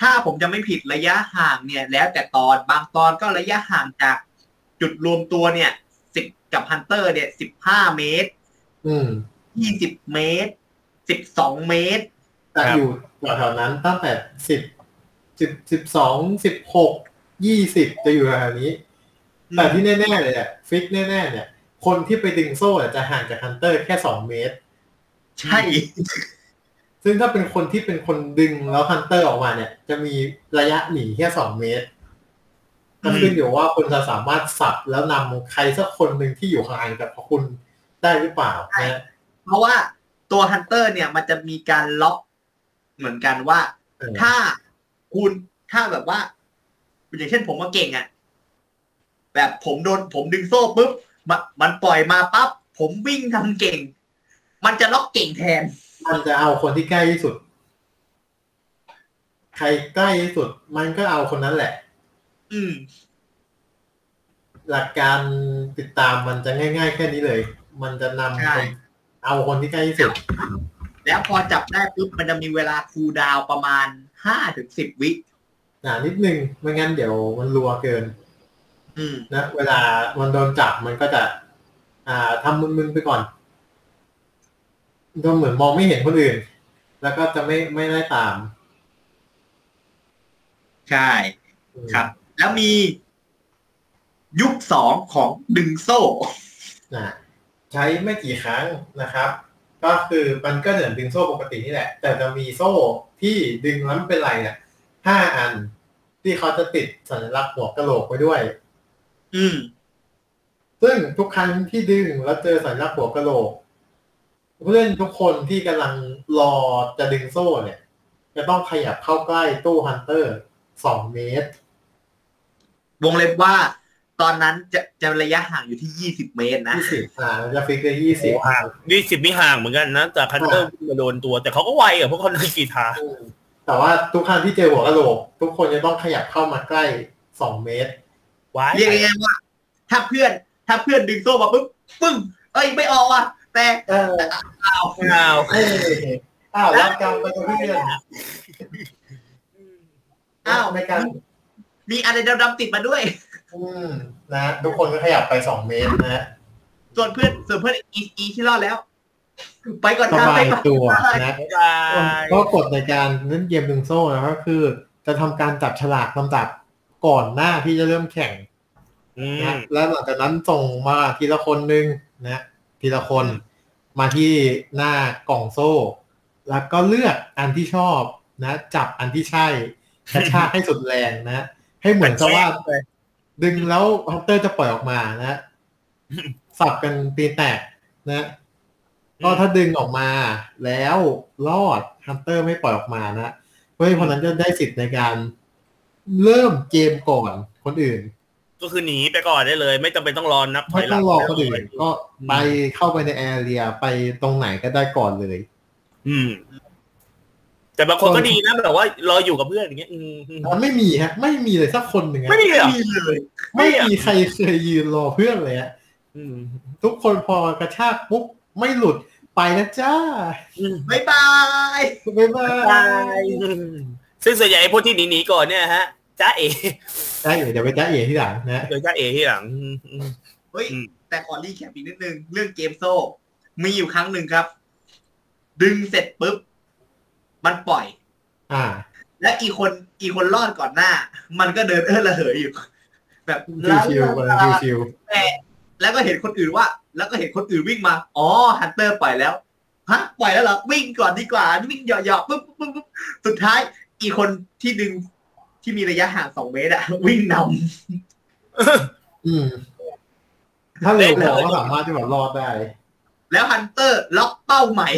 Speaker 3: ถ้าผมจะไม่ผิดระยะห่างเนี่ย แล้วแต่ตอนบางตอนก็ระยะห่างจากจุดรวมตัวเนี่ยสิบกับฮันเตอร์เนี่ยสิบห้าเมตร
Speaker 4: อืม
Speaker 3: ยี่สิบเมตรสิบสองเมตร
Speaker 4: แต่
Speaker 2: ครับ
Speaker 4: อยู่แถวๆนั้นตั้งแต่สิบสิบสิบสองสิบหกยี่สิบจะอยู่แถวๆนี้ แต่ที่แน่ๆเลยเนี่ยฟิกแน่ๆเนี่ย คนที่ไปดึงโซ่เนี่ยจะห่างจากฮันเตอร์แค่สองเมตร
Speaker 3: ใช่
Speaker 4: ซึ่งถ้าเป็นคนที่เป็นคนดึงแล้วฮันเตอร์ออกมาเนี่ย จะมีระยะหนีแค่สองเมตรก็ขึ้นอยู่ว่าคุณจะสามารถสับแล้วนำใครสักคนหนึ่งที่อยู่ห่างจากคุณได้หรือเปล่านะ
Speaker 3: เพราะว่าตัวฮันเตอร์เนี่ยมันจะมีการล็อกเหมือนกันว่า
Speaker 4: เออ
Speaker 3: ถ้าคุณถ้าแบบว่า อย่างเช่นผมมาเก่งอะแบบผมโดนผมดึงโซ่ปุ๊บมะมันปล่อยมาปั๊บผมวิ่งทำเก่ง มันจะล็อกเก่งแทน
Speaker 4: มันจะเอาคนที่ใกล้ที่สุด ใครใกล้ที่สุด มันก็เอาคนนั้นแหละ
Speaker 3: อืม
Speaker 4: หลักการติดตามมันจะง่าย ๆ แค่นี้เลย มันจะนำ
Speaker 3: ใช่
Speaker 4: คนเอาคนที่ใกล้ที่สุด
Speaker 3: แล้วพอจับได้ปุ๊บมันจะมีเวลาคูลดาวน์ประมาณห้าถึงสิบวิ
Speaker 4: หนานิดนึง ไม่งั้นเดี๋ยวมันรัวเกิน
Speaker 3: อืม
Speaker 4: นะ เวลามันโดนจับมันก็จะ อ่าทำมึนๆไปก่อนก็เหมือนมองไม่เห็นคนอื่น แล้วก็จะไม่ไม่ได้ตาม
Speaker 3: ใช่ ครับ แล้วมียุคสองของดึงโซ่
Speaker 4: นะใช้ไม่กี่ครั้งนะครับ ก็คือมันก็เหมือนดึงโซ่ปกตินี่แหละ แต่จะมีโซ่ที่ดึงแล้วไม่เป็นไรเนี่ยห้าอัน ที่เขาจะติดสัญลักษณ์หัวกะโหลกไว้ด้วย
Speaker 3: อืม
Speaker 4: ซึ่งทุกครั้งที่ดึงแล้วเจอสัญลักษณ์หัวกะโหลกเพื่อนทุกคนที่กำลังรอจะดึงโซ่เนี่ย จะต้องขยับเข้าใกล้ตู้ฮันเตอร์สองเมตร
Speaker 3: วงเล็บว่า ตอนนั้นจะจะระยะห่างอยู่ที่ยี่สิบเมตรนะ
Speaker 4: ยี่สิบอ่าจะฟิกเลยยี่สิบ
Speaker 2: นี่สิบมิห่างเหมือนกันนะ แต่คันเตอร์วิ่งมาโดนตัว แต่เขาก็ไวอ่ะเพราะเขาเดินกีทาร์
Speaker 4: แต่ว่าทุกครั้งที่เจอหัวกะโหลก ทุกคนจะต้องขยับเข้ามาใกล้สองเมตร
Speaker 2: ไว้
Speaker 3: เรียกง่ายๆว่า ถ้าเพื่อน ถ้าเพื่อนดึงโซ่มาปุ๊บปึ้ง เอ้ยไม่ออกว่ะแต่
Speaker 4: เออ
Speaker 3: เอา
Speaker 2: อ้าว
Speaker 4: เอ้ยอ้าวรับกรรมไปกับเพื่อน
Speaker 3: อ้าว
Speaker 4: ในการ
Speaker 3: มีอะไรดำๆติดมาด้วย
Speaker 4: อืมนะทุกคนก็ขยับไปสองเมตรนะ
Speaker 3: ส่วนเพื่อนส่วนเพื่อนอีอีที่รอดแล้ว ไปก่อน
Speaker 4: ส
Speaker 3: ครับ
Speaker 4: บา
Speaker 3: ไป
Speaker 4: ย
Speaker 3: ก่อน
Speaker 4: ตัวนะ
Speaker 2: บ๊ายบาย
Speaker 4: ก็กฎในการเล่นเกมดึงโซ่นะก็คือ จะทำการจับฉลากลำดับก่อนหน้าที่จะเริ่มแข่ง
Speaker 2: อื
Speaker 4: นะ
Speaker 2: ม
Speaker 4: แล้วหลังจากนั้นส่งมาทีละคนหนึ่งนะทีละคนมาที่หน้ากล่องโซ่ แล้วก็เลือกอันที่ชอบนะ จับอันที่ใช่กระชากให้สุดแรงนะ ให้เหมือนกับว่า ดึงแล้วฮันเตอร์จะปล่อยออกมานะ สับกันตีแตกนะ
Speaker 2: อืม
Speaker 4: ก็ถ้าดึงออกมาแล้วรอดฮันเตอร์ไม่ปล่อยออกมานะเฮ้ยคนนั้นจะได้สิทธิ์ในการเริ่มเกมก่อนคนอื่น
Speaker 2: ก็คือหนีไปก่อนได้เลย ไม่จำเป็นต้องรอนับถ
Speaker 4: ไม่
Speaker 2: อยห
Speaker 4: ต้
Speaker 2: ลั
Speaker 4: อง งรอคนอื่นก็ไปเข้าไปในแอเรียไปตรงไหนก็ได้ก่อนเลย
Speaker 2: อืม แต่บางคนก็ดีนะแบบว่ารออยู่กับเพื่อนอย่างเงี้ยอืมอืม
Speaker 4: มันไม่มีฮะ ไม่มีเลยสักคนหนึ่งฮะ
Speaker 2: ไม่มีเหรอ
Speaker 3: มีเลย
Speaker 4: ไม่มีใครเคยยืนรอเพื่อนเลยฮะ
Speaker 2: อืม
Speaker 4: ทุกคนพอกระชากปุ๊บไม่หลุดไปนะจ้า
Speaker 2: อืม
Speaker 3: บายบาย
Speaker 4: บ๊ายบาย
Speaker 2: ซึ่งส่วนใหญ่ไอ้พวกที่หนีหนีๆก่อนเนี่ยฮะจ้าเอ๋
Speaker 4: ได้เดี๋ยวไปจ้าเอ๋ที่หลังนะ
Speaker 2: โดยจ้าเอ๋ที่หลังอืมอืม
Speaker 3: เฮ้ย
Speaker 2: อืม
Speaker 3: แต่ขอรีแคปอีกนิดนึง เรื่องเกมโซ่ มีอยู่ครั้งหนึ่งครับ ดึงเสร็จปุ๊บ มันปล่อย
Speaker 4: อ่า
Speaker 3: และอีกคนอีกคนรอดก่อนหน้า มันก็เดินเออระเหยอยู่ แบบ
Speaker 4: ชิวๆคนละชิว
Speaker 3: แต่แล้วก็เห็นคนอื่นว่า แล้วก็เห็นคนอื่นวิ่งมา อ๋อฮันเตอร์ปล่อยแล้วฮะปล่อยแล้วเหรอวิ่งก่อนดีกว่า วิ่งเหยาะๆปุ๊บปุ๊บปุ๊บปุ๊บสุดท้าย อีกคนที่ดึงที่มีระยะห่างสองเมตรอะวิ่งน
Speaker 4: ๆอืม ถ้าเร็วพอก็สามารถที่แบบรอดได้
Speaker 3: ำแล้วฮันเตอร์ล็อกเป้าใหม่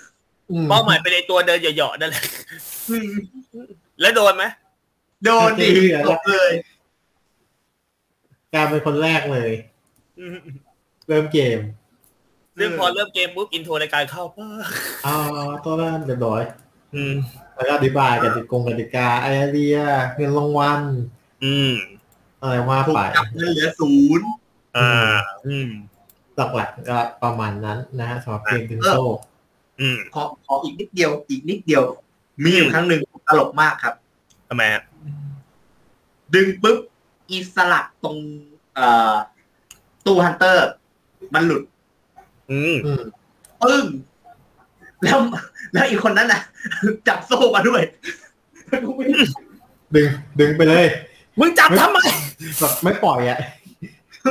Speaker 3: [laughs]
Speaker 4: อืม
Speaker 2: เป้าหมายเป็นไอ้ตัวเดินเหยาะๆนั่นแหละแล้วโดนไหม
Speaker 3: โดน
Speaker 4: [laughs]
Speaker 3: ดีตกเลย
Speaker 4: การเป็นคนแรกเลย
Speaker 2: อืม
Speaker 4: เริ่มเกม
Speaker 2: เรื่องพอเริ่มเกมปุ๊บอินโทรรายการเข้าปะ
Speaker 4: อ่าตัวแรกเรียบร้อย
Speaker 2: อืม
Speaker 4: แล้วก็อธิบายกติกงกติกาไอเดียเงินรางวัล
Speaker 2: อืม
Speaker 4: อะไรว่า
Speaker 3: ถูก
Speaker 4: ไป
Speaker 3: จับเงินเหลือศูนย์
Speaker 2: อ่า อืม
Speaker 4: หลักๆก็ประมาณนั้นนะฮะสำหรับเกมดึงโซ่
Speaker 2: อืม
Speaker 3: ขอขออีกนิดเดียว อีกนิดเดียว มีอยู่ครั้งหนึ่งตลกมากครับ
Speaker 2: ทำไมฮะ
Speaker 3: ดึงปุ๊บอิสระตรง เอ่อตู้ฮันเตอร์ มันหลุด
Speaker 2: อืม
Speaker 4: อืม
Speaker 3: ปึ้งแล้วแล้วอีกคนนั้นน่ะ จับโซ่มา
Speaker 2: [laughs]
Speaker 3: ด้วย
Speaker 4: ดึงดึงไปเลย
Speaker 2: มึงจับทำไม
Speaker 4: แบบไม่ปล่อยอ่ะ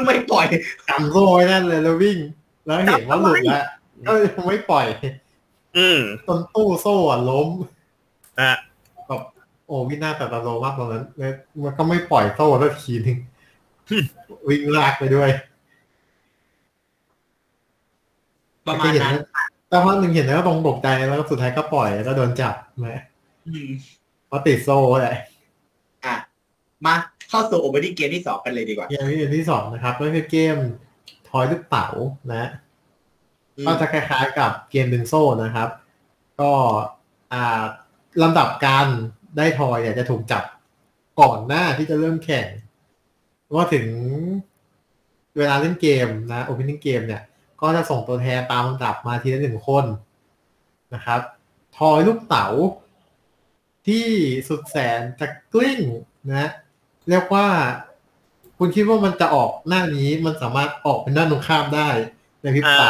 Speaker 3: ไม่ปล่อย
Speaker 4: กำโซ่ไว้แนั่นเลยแล้ววิ่ง แล้วเห็นว่าหลุดแล้วก็ยังไม่ปล่อย
Speaker 2: อืม
Speaker 4: จนตู้โซ่อะล้ม
Speaker 2: อ่ะ
Speaker 4: แบบโอ้วินาศแต่ตะโลมากตรงนั้นแล้วมันก็ไม่ปล่อยโซ่สักทีหนึงวิ่งลากไปด้วย
Speaker 3: ประมาณ
Speaker 4: เห็
Speaker 3: นั้น
Speaker 4: แต่ว่าหนึ่งเห็นแล้วก็ตรงตกใจแล้วก็สุดท้ายก็ปล่อยแล้วก็โดนจับมาเพราะติดโซ่แหละ
Speaker 3: อ่ะ มาเข้าสู่โอเ r อรี่เกมที่สองกันเลยดีกว่า
Speaker 4: เกมที่เป็นที่สองนะครับก็คือเกมทอยลูกเต๋านะ
Speaker 3: อืม
Speaker 4: ก็จะคล้ายๆกับเกมดึงโซ่นะครับ ก็อ่าลำดับการได้ทอยเนี่ยจะถูกจับก่อนหน้าที่จะเริ่มแข่งว่าถึงเวลาเล่นเกมนะโอเพนนิ่งเกมเนี่ย ก็จะส่งตัวแทนตามลำดับมาทีละหนึ่งคนนะครับ ทอยลูกเต๋าที่สุดแสนจะกลิ้งนะ เรียกว่าคุณคิดว่ามันจะออกหน้านี้มันสามารถออกเป็นด้านตรงข้ามได้ในพริบตา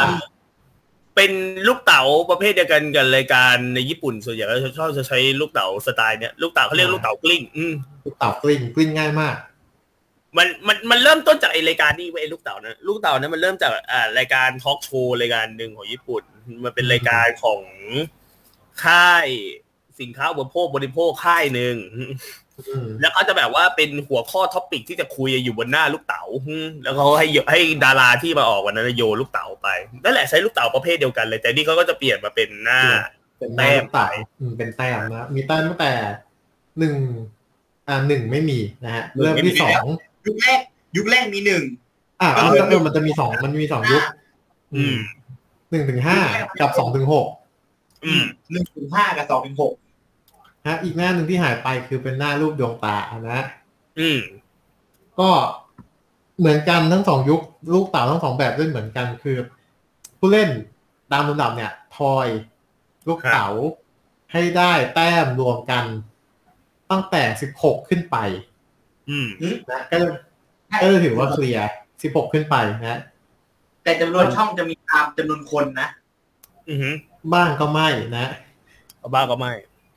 Speaker 2: เป็นลูกเต๋าประเภทเดียวกันกับรายการในญี่ปุ่นส่วนใหญ่ก็ชอบจะใช้ลูกเต๋าสไตล์เนี้ยลูกเต๋าเขาเรียกลูกเต๋ากลิ้ง อืม
Speaker 4: ลูกเต่ากลิ้งกลิ้งง่ายมาก
Speaker 2: มันมันมันเริ่มต้นจากไอรายการนี้เว้ยไอ้ลูกเต่านะลูกเต่านั้นมันเริ่มจากอ่ารายการทอล์กโชว์รายการหนึ่งของญี่ปุ่น มันเป็นรายการของค่ายสินค้าอุปโภคบริโภคค่ายหนึ่ง
Speaker 4: อืม
Speaker 2: แล้วเขาจะแบบว่าเป็นหัวข้อท็อปิกที่จะคุยอยู่บนหน้าลูกเต๋าอืมแล้วเขาให้โยให้ดาราที่มาออกวันนั้นโยนลูกเต๋าไปนั่นแหละใช้ลูกเต๋าประเภทเดียวกันเลย แต่นี่เขาก็จะเปลี่ยนมาเป็นหน้า
Speaker 4: เป็นแต้มต่าอืมเป็นแต้มนะ มีแต้มตั้งแต่หนึ่งอ่าหนึ่งไม่มีนะฮะ
Speaker 2: หนึ่ง
Speaker 4: เริ่มที่
Speaker 2: ไม่มี
Speaker 4: สอง
Speaker 3: ยุคแรก ยุคแรกมีหนึ่ง
Speaker 4: อ่า
Speaker 3: ก็
Speaker 4: เอ
Speaker 3: คือ
Speaker 4: อมันจะมีสองมันมีสองยุค
Speaker 2: อืม
Speaker 4: หนึ่งถึงห้ากับสองถึงหก
Speaker 2: อืม
Speaker 3: หนึ่งถึงห้ากับสองถึงหก
Speaker 4: ฮะ อีกหน้าหนึ่งที่หายไปคือเป็นหน้ารูปดวงตานะ
Speaker 2: อืม
Speaker 4: ก็เหมือนกันทั้งสองยุค ลูกเต่าทั้งสองแบบเล่นเหมือนกันคือ ผู้เล่นตามลำดับเนี่ย ทอย ลูกเต๋าให้ได้แต้มรวมกัน ตั้งแต่สิบหกขึ้นไป
Speaker 2: อืม
Speaker 4: นะก็จะก็จะถือว่าเคลียร์สิบหกขึ้นไปนะ
Speaker 3: แต่จำนวนช่องจะมีตามจำนวนคนนะ
Speaker 2: อืม
Speaker 4: บ้างก็ไม่นะ
Speaker 2: เอาบ้าก็ไม่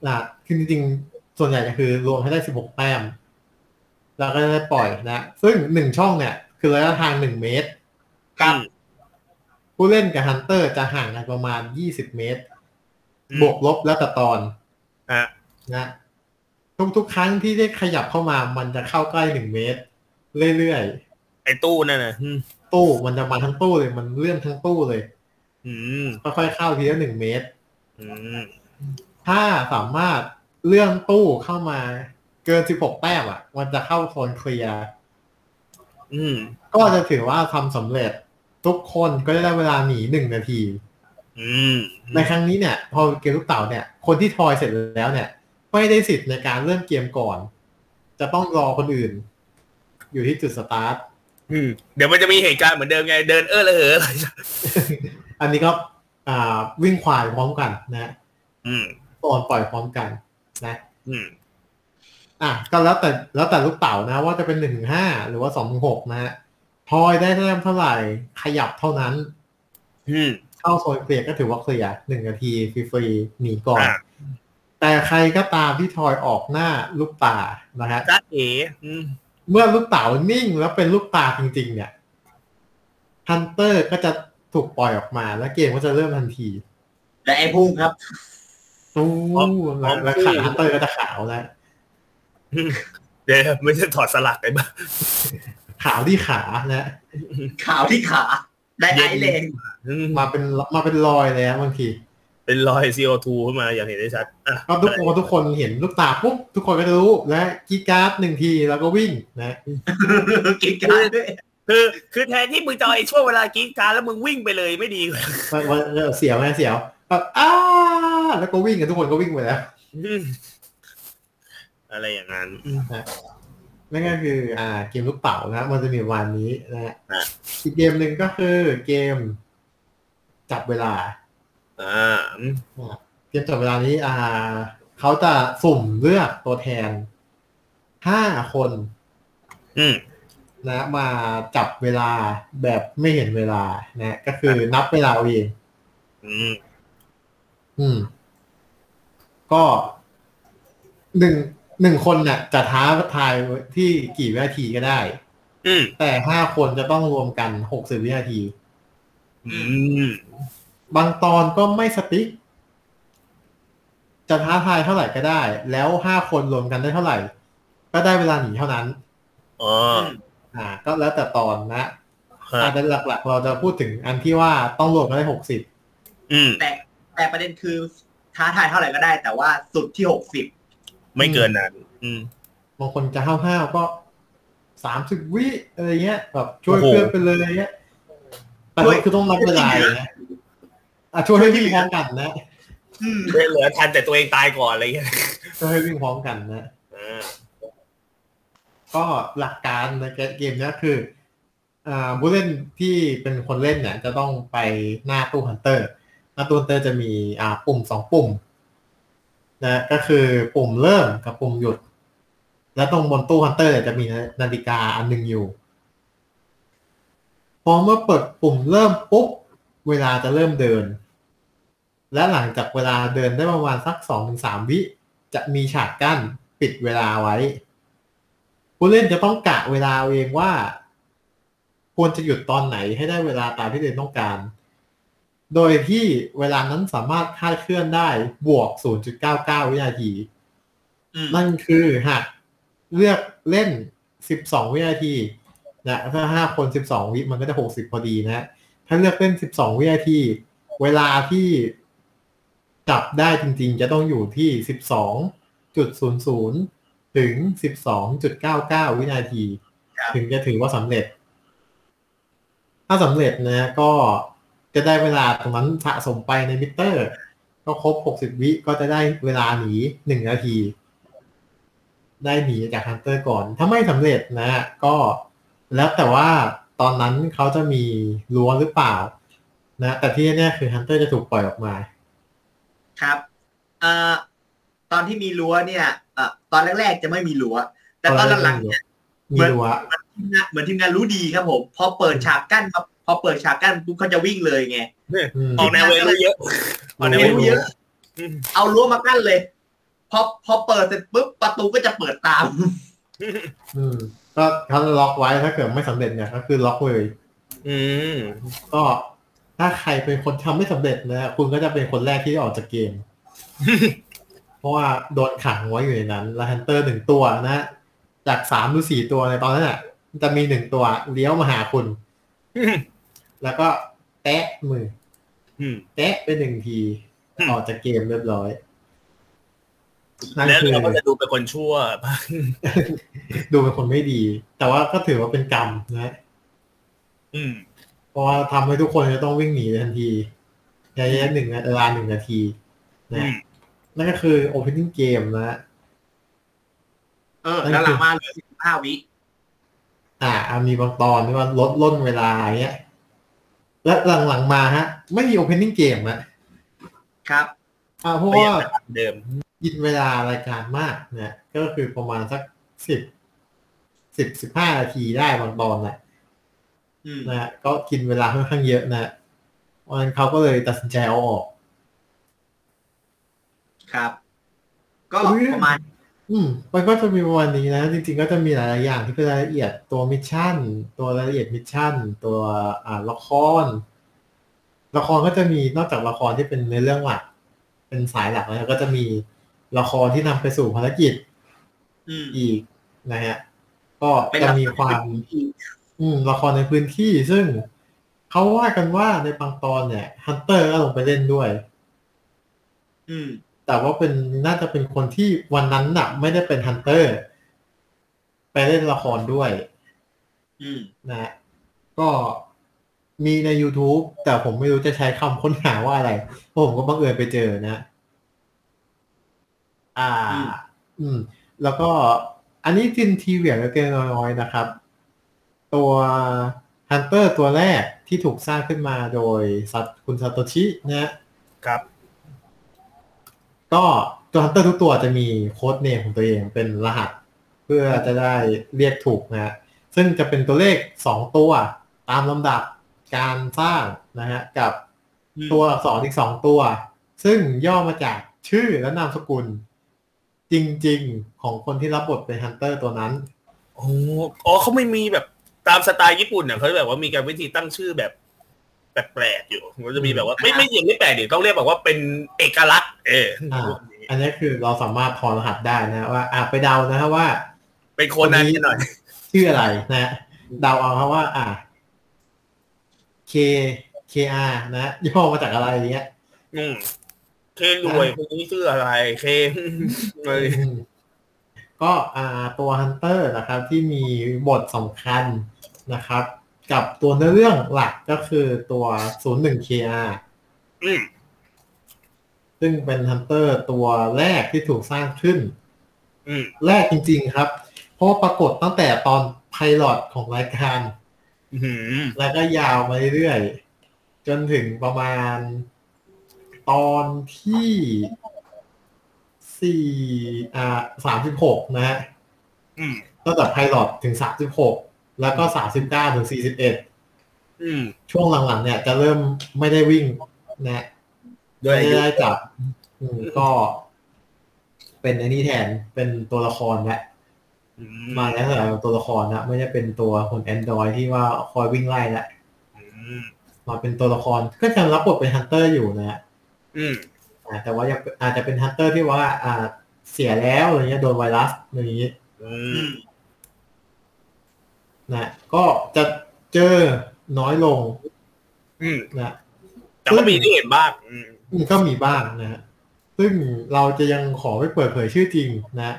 Speaker 4: นะคือจริงๆ ส่วนใหญ่จะคือรวมให้ได้สิบหกแต้ม แล้วก็จะได้ปล่อยนะ ซึ่งหนึ่งช่องเนี่ย คือระยะทางหนึ่งเมตร
Speaker 3: ครับ
Speaker 4: ผู้เล่นกับฮันเตอร์จะห่างกันประมาณ 20 เมตร
Speaker 2: อืม
Speaker 4: บวกลบแล้วแต่ตอน
Speaker 2: ฮะ
Speaker 4: นะทุกทุกๆครั้งที่ได้ขยับเข้ามามันจะเข้าใกล้ 1 เมตร เรื่อย
Speaker 2: ไอตู้นั่นนะอืม
Speaker 4: ๆ ตู้มันจะมาทั้งตู้เลย มันเลื่อนทั้งตู้เลย
Speaker 2: อืม
Speaker 4: ค่อยๆเข้าทีละ 1 เมตร
Speaker 2: อืม
Speaker 4: ถ้าสามารถเลื่อนตู้เข้ามาเกิน 16 แต้มอ่ะ มันจะเข้าโซนเคลียร์
Speaker 2: อืม
Speaker 4: ก็จะถือว่าทำสำเร็จทุกคนก็จะได้เวลาหนี 1 นาที
Speaker 2: อืม
Speaker 4: ในครั้งนี้เนี่ย พอเกมลูกเต่าเนี่ย คนที่ทอยเสร็จแล้วเนี่ย ไม่ได้สิทธิ์ในการเริ่มเกมก่อน จะต้องรอคนอื่น อยู่ที่จุดสตาร์ท
Speaker 2: อืมเดี๋ยวมันจะมีเหตุการณ์เหมือนเดิมไงเดินเออระเหอ
Speaker 4: อันนี้ก็อ่าวิ่งควายพร้อมกันนะ
Speaker 2: อืม
Speaker 4: ตอนปล่อยพร้อมกันนะ
Speaker 2: อืม
Speaker 4: อ่ะก็แล้วแต่แล้วแต่ลูกเต่านะ ว่าจะเป็นหนึ่งถึงห้าหรือว่าสองถึงหกนะฮะทอยได้แต้มเท่าไหร่ขยับเท่านั้น
Speaker 2: อืม
Speaker 4: เข้าโซนเคลียร์ก็ถือว่าเคลียร์หนึ่งนาทีฟรีๆหนีก่อน
Speaker 2: อ่ะ
Speaker 4: แต่ใครก็ตามที่ทอยออกหน้าลูกป่านะฮะ
Speaker 2: จ้าเอ๋อืม
Speaker 4: เมื่อลูกเต๋านิ่งแล้วเป็นลูกปลาจริง ๆ เนี่ยฮันเตอร์ก็จะถูกปล่อยออกมา แล้วเกมก็จะเริ่มทันที
Speaker 3: แต่ไอ้พุ่งครับ
Speaker 4: ตู้แล้วแล้วขาฮันเตอร์ก็จะขาวแล้ว
Speaker 2: เดี๋ยวไม่ใช่ถอดสลักไปบ้าง
Speaker 4: ขาวที่ขานะ
Speaker 3: ขาวที่ขา ได้ไอซ์แรง
Speaker 2: อืม
Speaker 4: มาเป็นมาเป็นรอยเลยนะบางที
Speaker 2: เป็นรอย CO2 ขึ้นมาอย่างเห็นได้ชัดอ่ะ
Speaker 4: ก็ทุกคนทุกคนเห็นลูกตาปุ๊บทุกคนก็จะรู้และกรีดกราร์ดหนึ่งทีแล้วก็วิ่งนะ
Speaker 3: กินการด้วย
Speaker 2: คือคือแทนที่มึงจะเอาไอ้ช่วงเวลากินการแล้วมึงวิ่งไปเลยไม่ดีกว่า
Speaker 4: มันมันเสียวไหมเสียวแบบอ้าแล้วก็วิ่งกันทุกคนก็วิ่งไปแล้ว
Speaker 2: อืมอะไรอย่างนั้น
Speaker 4: นั่นก็คืออ่าเกมลูกเต๋านะมันจะมีวันนี้นะฮะ
Speaker 2: อ่ะ
Speaker 4: อีกเกมหนึ่งก็คือเกมจับเวลา
Speaker 2: อ่า
Speaker 4: เกมจับเวลานี้อ่าเขาจะสุ่มเลือกตัวแทนห้าคน
Speaker 2: อืม
Speaker 4: นะมาจับเวลาแบบไม่เห็นเวลานะก็คือนับเวลาเอาเอง
Speaker 2: อืม
Speaker 4: อืม ก็หนึ่งหนึ่งคนเนี่ยจะท้าทายที่กี่วินาทีก็ได้
Speaker 2: อืม
Speaker 4: แต่ห้าคนจะต้องรวมกันหกสิบวินาที
Speaker 2: อืม
Speaker 4: บางตอนก็ไม่สติ๊ก จะท้าทายเท่าไหร่ก็ได้ แล้วห้าคนรวมกันได้เท่าไหร่ ก็ได้เวลาหนีเท่านั้น
Speaker 2: อ๋อ
Speaker 4: อ่า ก็แล้วแต่ตอนนะ
Speaker 2: ฮะ
Speaker 4: อาจจะหลักๆ เราจะพูดถึงอันที่ว่าต้องรวมกันได้หกสิบ
Speaker 2: อืม
Speaker 3: แต่แต่ประเด็นคือท้าทายเท่าไหร่ก็ได้ แต่ว่าสุดที่หกสิบ
Speaker 2: ไม่เกินนั้นอืม
Speaker 4: บางคนจะห้าวๆก็สามสิบวิอะไรเงี้ยแบบช่วย
Speaker 2: โอ้โห
Speaker 4: เพื่อนไปเลยอะไรเงี้ยแต่ก็คือต้องนับเวลาอย่างเงี้ยอ่ะช่วยให้วิ่งพร้อมกันนะ
Speaker 3: อืม
Speaker 2: เหลือทันแต่ตัวเองตายก่อนอะไรอย่างเงี้ย
Speaker 4: ช่วยให้วิ่งพร้อมกันนะ
Speaker 2: อ่า
Speaker 4: ก็หลักการในเกมเนี้ยคืออ่าผู้เล่นที่เป็นคนเล่นเนี่ย จะต้องไปหน้าตู้ฮันเตอร์ หน้าตู้ฮันเตอร์จะมีอ่าปุ่มสองปุ่มนะก็คือปุ่มเริ่มกับปุ่มหยุด และตรงบนตู้ฮันเตอร์เนี่ยจะมีนาฬิกาอันหนึ่งอยู่ พอเมื่อเปิดปุ่มเริ่มปุ๊บ เวลาจะเริ่มเดิน และหลังจากเวลาเดินได้ประมาณสักสองถึงสามวิ จะมีฉากกั้นปิดเวลาไว้ ผู้เล่นจะต้องกะเวลาเองว่า ควรจะหยุดตอนไหนให้ได้เวลาตามที่ตัวเองต้องการ โดยที่เวลานั้นสามารถคาดเคลื่อนได้บวก 0.99 วินาที
Speaker 3: อืม
Speaker 4: นั่นคือหากเลือกเล่น 12 วินาทีนะถ้า 5 คน 12 วิมันก็จะ 60 พอดีนะ ถ้าเลือกเล่น 12 วินาที เวลาที่จับได้จริงๆ จะต้องอยู่ที่ 12.00 ถึง 12.99 วินาที
Speaker 3: ครับ
Speaker 4: ถึงจะถือว่าสำเร็จ ถ้าสำเร็จนะก็จะได้เวลาตรงนั้นสะสมไปในมิเตอร์ ก็ครบ 60 วิก็จะได้เวลาหนี 1 นาที ได้หนีจากฮันเตอร์ก่อน ถ้าไม่สำเร็จนะก็แล้วแต่ว่าตอนนั้นเขาจะมีรั้วหรือเปล่า นะ แต่ที่แน่ๆคือฮันเตอร์จะถูกปล่อยออกมา
Speaker 3: ครับเอ่อตอนที่มีรั้วเนี่ยเอ่อตอนแรกๆจะไม่มีรั้ว แต่ตอนหลังๆเนี่ย
Speaker 4: มีรั้ว
Speaker 3: ทีมงานเหมือนทีมงานรู้ดีครับผม พอเปิดฉากกั้นมาพอเปิดฉากกั้นปุ๊บเขาจะวิ่งเลยไง
Speaker 2: ออกแนวเวรู้เยอะ
Speaker 4: ออก
Speaker 3: เม
Speaker 4: แนว
Speaker 3: นู
Speaker 4: รู้
Speaker 3: เย
Speaker 4: เย
Speaker 3: อะ
Speaker 4: อะ
Speaker 3: เอารั้วมากั้นเลย พอพอเปิดเสร็จปุ๊บประตูก็จะเปิดตาม
Speaker 4: อืมก็เขาจะล็อกไว้ถ้าเกิดไม่สำเร็จเนี่ยก็คือล็อกเลย
Speaker 2: อืม
Speaker 4: ก็ถ้าใครเป็นคนทำไม่สำเร็จนะคุณก็จะเป็นคนแรกที่ออกจากเกม [laughs] เพราะว่าโดนขังไว้อยู่ในนั้นแล้วฮันเตอร์หนึ่งตัวนะฮะจากสามหรือสี่ตัวในตอนนั้นอ่ะจะมีหนึ่งตัวเลี้ยวมาหาคุณ
Speaker 2: อืม
Speaker 4: แล้วก็แตะมือ
Speaker 2: อืม
Speaker 4: แตะไปหนึ่งที
Speaker 2: อืม
Speaker 4: ออกจากเกมเรียบร้อยนั่น
Speaker 2: แล้ว
Speaker 4: คือ
Speaker 2: เราก็จะดูเป็นคนชั่วบ้าง
Speaker 4: ดูเป็นคนไม่ดี แต่ว่าก็ถือว่าเป็นกรรมนะฮะ
Speaker 2: อืม
Speaker 4: เพราะว่าทำให้ทุกคนจะต้องวิ่งหนีทันทีระยะหนึ่งนะเวลาหนึ่งนาที
Speaker 2: อื
Speaker 4: นะ
Speaker 2: ม
Speaker 4: นั่นก็คือ opening game นะ
Speaker 3: เออแล้วหลังมาเหลือสิบห้าวิ
Speaker 4: อ่าอ่ะมีบางตอนที่ว่าลดล่นเวลาอย่างเงี้ย และหลังๆมาฮะ ไม่มี opening game นะครับ อ่าเพราะว่า
Speaker 2: เดิม
Speaker 4: ยินเวลารายการมากนะก็คือประมาณสักสิบสิบสิบห้านาทีได้บางตอนนะ
Speaker 3: อืม
Speaker 4: นะฮะก็กินเวลาค่อนข้างเยอะนะเพราะฉะนั้นเขาก็เลยตัดสินใจเอาออก
Speaker 3: ครับ ก็
Speaker 4: อุ๊ย
Speaker 3: ประมาณ
Speaker 4: อืมมันก็จะมีประมาณนี้นะ จริงๆก็จะมีหลายๆอย่างที่เป็นรายละเอียดตัวมิชชั่น ตัวรายละเอียดมิชชั่น ตัวอ่าละคร ละครก็จะมีนอกจากละครที่เป็นในเรื่องหลัก เป็นสายหลักแล้วก็จะมีละครที่นำไปสู่ภารกิจ
Speaker 3: อืม
Speaker 4: อีกนะฮะก็
Speaker 3: เป็น
Speaker 4: จะ
Speaker 3: ละคร
Speaker 4: มีความ อืมละครในพื้นที่ซึ่งเขาว่ากันว่าในบางตอนเนี่ยฮันเตอร์ก็ลงไปเล่นด้วย
Speaker 3: อืม
Speaker 4: แต่ว่าเป็นน่าจะเป็นคนที่วันนั้นน่ะ ไม่ได้เป็นฮันเตอร์ ไปเล่นละครด้วย
Speaker 3: อืม
Speaker 4: นะฮะก็มีใน YouTube แต่ผมไม่รู้จะใช้คำค้นหาว่าอะไรเพราะผมก็บังเอิญไปเจอนะ อ่า
Speaker 3: อืม
Speaker 4: อืม แล้วก็อันนี้จินทีเวียงเล็กๆน้อยๆนะครับ ตัว ฮันเตอร์ตัวแรกที่ถูกสร้างขึ้นมาโดยสัตคุณซาโตชินะฮะ
Speaker 2: ครับ
Speaker 4: ก็ตัวฮันเตอร์ทุกตัวจะมีโค้ดเนมของตัวเองเป็นรหัส เพื่อจะได้เรียกถูกนะฮะซึ่งจะเป็นตัวเลข 2 ตัวตามลำดับการสร้างนะฮะกับ
Speaker 3: อืม
Speaker 4: ตัวอักษรอีก 2 ตัว ซึ่งย่อมาจากชื่อและนามสกุล จริงๆของคนที่รับบทเป็นฮันเตอร์ตัวนั้น
Speaker 2: โอ้อ๋อเขาไม่มีแบบตามสไตล์ญี่ปุ่นเนี่ยเขาแบบว่ามีการวิธีตั้งชื่อแบบแปลกๆอยู่มันจะมีแบบว่าไม่ไม่ยังไม่แปลกดิต้องเรียกแบบว่าเป็นเอกลักษณ์ เออ
Speaker 4: อ่า อันนี้คือเราสามารถถอดรหัสได้นะว่าอ่ะไปเดานะฮะว่า
Speaker 2: เป็นโคนนั้นนิดหน่อย
Speaker 4: ชื่ออะไรนะ เดาเอาครับว่า อ่า K K R นะย่อมาจากอะไรอย่างเงี้ย
Speaker 2: อืมเครวยคนนี้ชื่ออะไรเคอะไร
Speaker 4: อืมก็อ่าตัวฮันเตอร์นะครับ ที่มีบทสำคัญนะครับ กับตัวเนื้อเรื่องหลักก็คือตัว 01 KR
Speaker 2: อืม
Speaker 4: ซึ่งเป็นฮันเตอร์ตัวแรกที่ถูกสร้างขึ้น
Speaker 2: อืม
Speaker 4: แรกจริง ๆ ครับ เพราะว่าปรากฏตั้งแต่ตอนไพลอตของรายการ
Speaker 2: อื้อหือ
Speaker 4: แล้วก็ยาวมาเรื่อยๆ จนถึงประมาณตอนที่สี่อ่าสามสิบหกนะฮะ
Speaker 2: อืม
Speaker 4: ตั้งแต่ไพลอตถึงสามสิบหกแล้วก็สามสิบเก้าถึงสี่สิบเอ็ด
Speaker 2: อืม
Speaker 4: ช่วงหลังๆ เนี่ย จะเริ่มไม่ได้วิ่งนะ
Speaker 2: ด้วยอา
Speaker 4: ไม่
Speaker 2: ยุ
Speaker 4: ได้จับอืมก็ เป็นไอันนี้แทนเป็นตัวละครและ
Speaker 2: อื
Speaker 4: มาแล้วแต่ตัวละครนะไม่ได้เป็นตัวคนแอนดรอยที่ว่าคอยวิ่งไล่ละ
Speaker 2: อืม
Speaker 4: มาเป็นตัวละครก็ยังรับบทเป็นฮันเตอร์อยู่นะฮะ
Speaker 2: อืม
Speaker 4: อ่าแต่ว่ายังอาจจะเป็นฮันเตอร์ที่ว่าอ่าเสียแล้วอะไรเงี้ยโดนไวรัสอะไรอย่างงี้
Speaker 2: อื
Speaker 3: อื
Speaker 2: ม
Speaker 3: ม
Speaker 4: นะก็จะเจอน้อยลง
Speaker 2: อืม
Speaker 4: นะ
Speaker 2: แต่ก็มีที่เห็นบ้างอืม
Speaker 4: อืมก็มีบ้างนะฮะซึ่งเราจะยังขอไม่เปิดเผยชื่อจริงนะ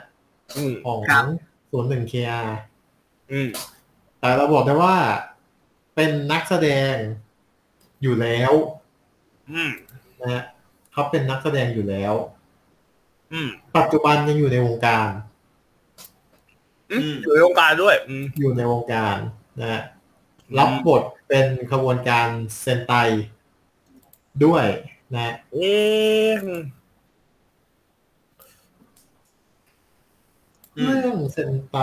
Speaker 2: อืม
Speaker 4: ของ
Speaker 3: ครับ
Speaker 4: ศูนย์หนึ่งเค
Speaker 2: อืม
Speaker 4: แต่เราบอกได้ว่าเป็นนักแสดงอยู่แล้ว
Speaker 2: อืม
Speaker 4: นะฮะเขาเป็นนักแสดงอยู่แล้ว
Speaker 2: อืม
Speaker 4: ปัจจุบันยังอยู่ในวงการ
Speaker 2: อืมอยู่ในวงการด้วย อืม
Speaker 4: อยู่ในวงการนะฮะ
Speaker 2: อืม
Speaker 4: รับบทเป็นขบวนการเซนไตด้วยนะฮะ
Speaker 2: เอ๊ะ
Speaker 3: อืม
Speaker 4: เรื่องเซนไต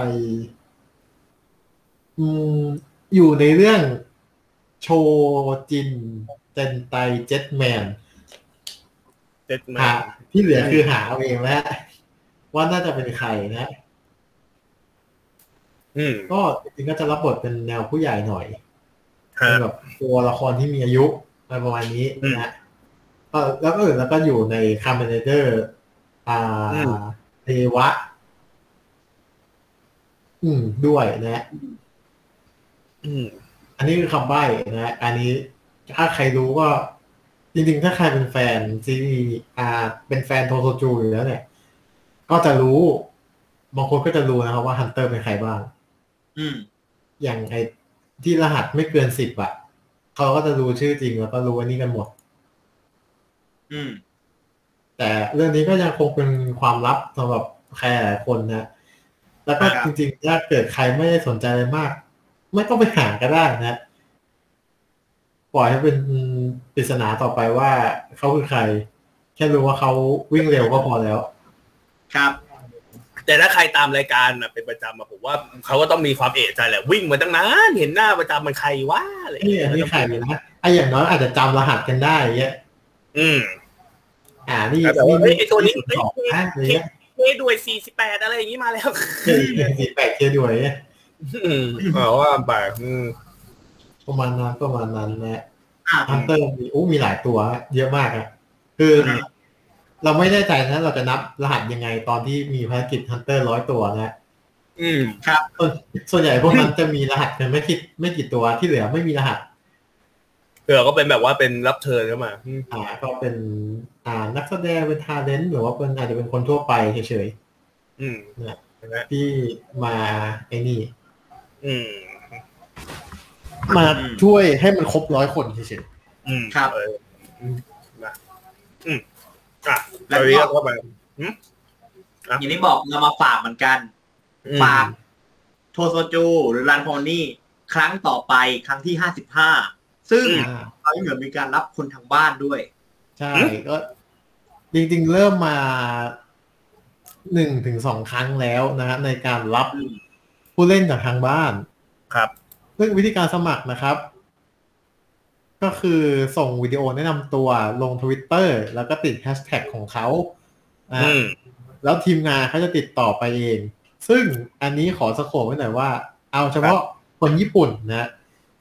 Speaker 4: อืมอยู่ในเรื่องโชจินเซนไตเจ็ตแมน
Speaker 2: เจ็ดมา
Speaker 4: อ่ะที่เหลือคือหาเอาเองแล้วว่าน่าจะเป็นใครนะฮะ
Speaker 2: อืม
Speaker 4: ก็จริงๆก็จะรับบทเป็นแนวผู้ใหญ่หน่อย
Speaker 2: ฮะ
Speaker 4: เป็นแบบตัวละครที่มีอายุอะไรประมาณนี้
Speaker 2: อืม
Speaker 4: นะฮะเอ่อแล้วก็อื่นแล้วก็อยู่ในคาร์เมนเตอร์อ่า
Speaker 2: อืม
Speaker 4: เทวะ อืมด้วยนะฮะ
Speaker 2: อืม
Speaker 4: อันนี้คือคำใบ้นะฮะอันนี้ถ้าใครรู้ก็ จริงๆ ถ้าใครเป็นแฟนซีรีส์อ่า เป็นแฟนโทโซจูอยู่แล้วเนี่ย ก็จะรู้บางคนก็จะรู้นะครับว่าฮันเตอร์เป็นใครบ้าง
Speaker 3: อืม
Speaker 4: อย่างไอที่รหัสไม่เกินสิบอ่ะเขาก็จะรู้ชื่อจริงแล้วก็รู้อันนี้กันหมด
Speaker 3: อืม
Speaker 4: แต่เรื่องนี้ก็ยังคงเป็นความลับสำหรับใครหลายคนนะ แล้วก็
Speaker 3: ครับ
Speaker 4: จริงๆ ถ้าเกิดใครไม่ได้สนใจอะไรมาก ไม่ต้องไปหาก็ได้นะ ปล่อยให้เป็นปริศนาต่อไปว่าเขาคือใคร แค่รู้ว่าเขาวิ่งเร็วก็พอแล้ว
Speaker 3: ครับ
Speaker 2: แต่ถ้าใครตามรายการน่ะเป็นประจำอะผมว่าเขาก็ต้องมีความเอะใจแหละวิ่งมาตั้งนานเห็นหน้าประจำมันใครวะอะไรอย่าง
Speaker 4: นี่
Speaker 2: เงี้ย
Speaker 4: อันนี้ใครนะไอะอย่างน้อยอาจจะจำรหัสกันได้เงี้ย
Speaker 2: อืม
Speaker 4: อ่า นี่
Speaker 2: แต่แบบว่าเฮ้ยไอ้ตัวนี้
Speaker 4: สองนะอะไรเงี้ย
Speaker 2: เคด้วยสี่สิบแปดอะไรอย่างนี้มาแล้ว [laughs]
Speaker 4: เจอหนึ่งสี่แปดเจอด้วยเนี่ย
Speaker 2: อืมอ๋อว่าไปอืม
Speaker 4: ประมาณนั้นประมาณนั้นนะ
Speaker 3: อ่า
Speaker 4: ฮันเตอร์มีอู้มีหลายตัวเยอะมากอะคือ
Speaker 3: ครับ
Speaker 4: เราไม่แน่ใจนะเราจะนับรหัสยังไงตอนที่มีภารกิจฮันเตอร์ร้อยตัวนะ
Speaker 2: อืม
Speaker 4: ส่วนส่วนใหญ่พวกนั้นจะมีรหัสกันไม่คิดไม่กี่ตัวที่เหลือไม่มีรหัส
Speaker 2: เผื่อก็เป็นแบบว่าเป็นรับเชิญเข้ามาอืม
Speaker 4: อ่า ก็เป็นอ่านักแสดงเป็นทาเลนต์หรือว่าเป็นอาจจะเป็นคนทั่วไปเฉย
Speaker 2: อืมนะฮะ
Speaker 4: ๆที่มาไอ้นี่
Speaker 2: อืม
Speaker 4: มาช่วยให้มันครบร้อยคนเฉย
Speaker 2: อืม
Speaker 3: ครับ
Speaker 2: เอออืมนะอืมอ่ะต
Speaker 3: แล้
Speaker 2: อ
Speaker 3: วน ก็
Speaker 2: นี้
Speaker 3: อ
Speaker 2: ก็เข้าไป
Speaker 3: ย่างที่บอกเรามาฝากเหมือนกัน
Speaker 2: อืม
Speaker 3: ฝากโทโซจูหรือรันโพนี่ ครั้งต่อไปครั้งที่ห้าสิบห้าซึ่ง
Speaker 2: อืม
Speaker 4: อ่า
Speaker 3: ตอนนี้เหมือนมีการรับคนทางบ้านด้วย
Speaker 4: ใช่
Speaker 2: อืม
Speaker 4: ก็จริงๆ เริ่มมาหนึ่งถึงสองครั้งแล้วนะฮะในการรับ
Speaker 3: อืม
Speaker 4: ผู้เล่นจากทางบ้าน
Speaker 2: ครับ
Speaker 4: ซึ่งวิธีการสมัครนะครับ ก็คือส่งวิดีโอแนะนำตัวลง Twitter แล้วก็ติดแฮชแท็กของเขาอ่ะ
Speaker 2: อืม
Speaker 4: แล้วทีมงานเขาจะติดต่อไปเอง ซึ่งอันนี้ขอสโคบไว้หน่อยว่า เอาเฉพาะคนญี่ปุ่นนะ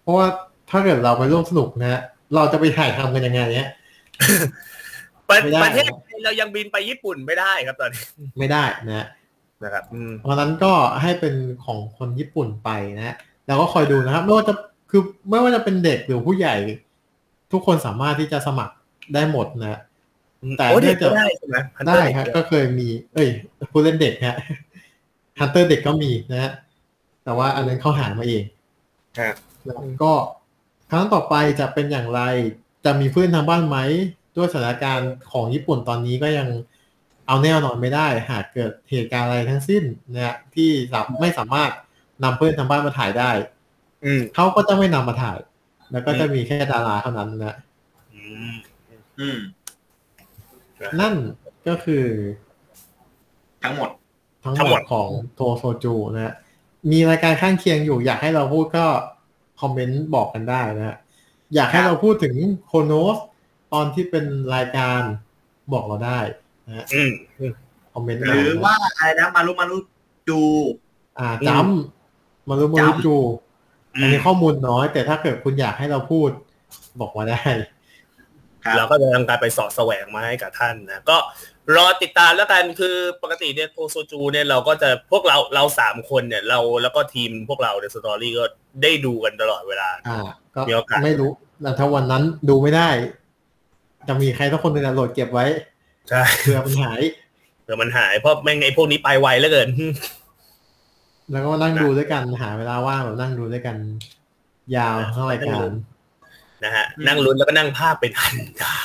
Speaker 4: เพราะว่าถ้าเกิดเราไปร่วมสนุกนะ เราจะไปถ่ายทำกันยังไงเนี่ย
Speaker 2: ประ
Speaker 4: ไม่ได้
Speaker 2: ประเทศไทยเรายังบินไปญี่ปุ่นไม่ได้ครับตอนนี้
Speaker 4: ไม่ได้นะ
Speaker 2: นะครับอืม
Speaker 4: เพราะฉะนั้นก็ให้เป็นของคนญี่ปุ่นไปนะฮะแล้วก็คอยดูนะครับ ไม่ว่าจะคือไม่ว่าจะเป็นเด็กหรือผู้ใหญ่ ทุกคนสามารถที่จะสมัครได้หมดนะ แต่
Speaker 2: โอ้เด็ก
Speaker 4: เนื่องจาก
Speaker 2: ก็ได้ใช่ไหม Hunter
Speaker 4: ได้
Speaker 2: เก
Speaker 4: ครับ
Speaker 2: เยว
Speaker 4: ก็เคยมี เอ้ยผู้เล่นเด็กฮะฮันเตอร์เด็กก็มีนะฮะแต่ว่าอันนั้นเขาหามาเอง
Speaker 2: ครับ
Speaker 4: แล้วก็ครั้งต่อไปจะเป็นอย่างไร จะมีผู้เล่นทางบ้านไหมด้วยสถานการณ์ของญี่ปุ่นตอนนี้ก็ยังเอาแน่นอนไม่ได้ หากเกิดเหตุการณ์อะไรทั้งสิ้นนะฮะที่สับไม่สามารถนำเพื่อนทางบ้านมาถ่ายได้
Speaker 2: อืม
Speaker 4: เขาก็จะไม่นำมาถ่าย แล้วก็จะมีแค่ดาราเท่านั้นนะ
Speaker 2: อืม
Speaker 3: อืม
Speaker 4: นั่นก็คือ
Speaker 3: ทั้งหมด
Speaker 4: ทั้ง
Speaker 2: ทั้ง
Speaker 4: ห
Speaker 2: ห
Speaker 4: ม
Speaker 2: ม
Speaker 4: ด
Speaker 2: ด
Speaker 4: ของโทโซจูนะฮะมีรายการข้างเคียงอยู่ อยากให้เราพูดก็คอมเมนต์บอกกันได้นะฮะอยากให้เราพูดถึงโคโนสตอนที่เป็นรายการบอกเราได้
Speaker 2: อืม
Speaker 4: คอมเมนต์
Speaker 3: หรือว่าอะไรนะมารุมารุจู
Speaker 4: อ่าจำมารุมารุ
Speaker 3: จำ
Speaker 4: จู
Speaker 2: อืม
Speaker 4: อันนี้ข้อมูลน้อย แต่ถ้าเกิดคุณอยากให้เราพูดบอกมาได้
Speaker 3: ครับ
Speaker 2: เราก็จะทำการไปเสอดแสวงมาให้กับท่านนะก็รอติดตามแล้วกันคือปกติเนี่ยโทโซจูเนี่ยเราก็จะพวกเราเราสามคนเนี่ยเราแล้วก็ทีมพวกเราในสตอรี่ก็ได้ดูกันตลอดเวลา
Speaker 4: อ่า ก็
Speaker 2: มีโอกาส
Speaker 4: ไม่รู้แต่ถ้าวันนั้นดูไม่ได้ จะมีใครสักคนหนึ่งอะโหลดเก็บไว้
Speaker 2: ใช่
Speaker 4: เผื่อมันหาย
Speaker 2: เดี๋ยวมันหายเพราะแม่งไอ้พวกนี้ไปไวเหลือเกิน
Speaker 4: แล้วก็มานั่งดูด้วยกันหาเวลาว่างแบบนั่งดูด้วยกัน ยาวทั้งรายการ
Speaker 2: นะฮะ
Speaker 3: อืม
Speaker 2: นั่งลุ้นแล้วก็นั่งภาพเป็นอันดับ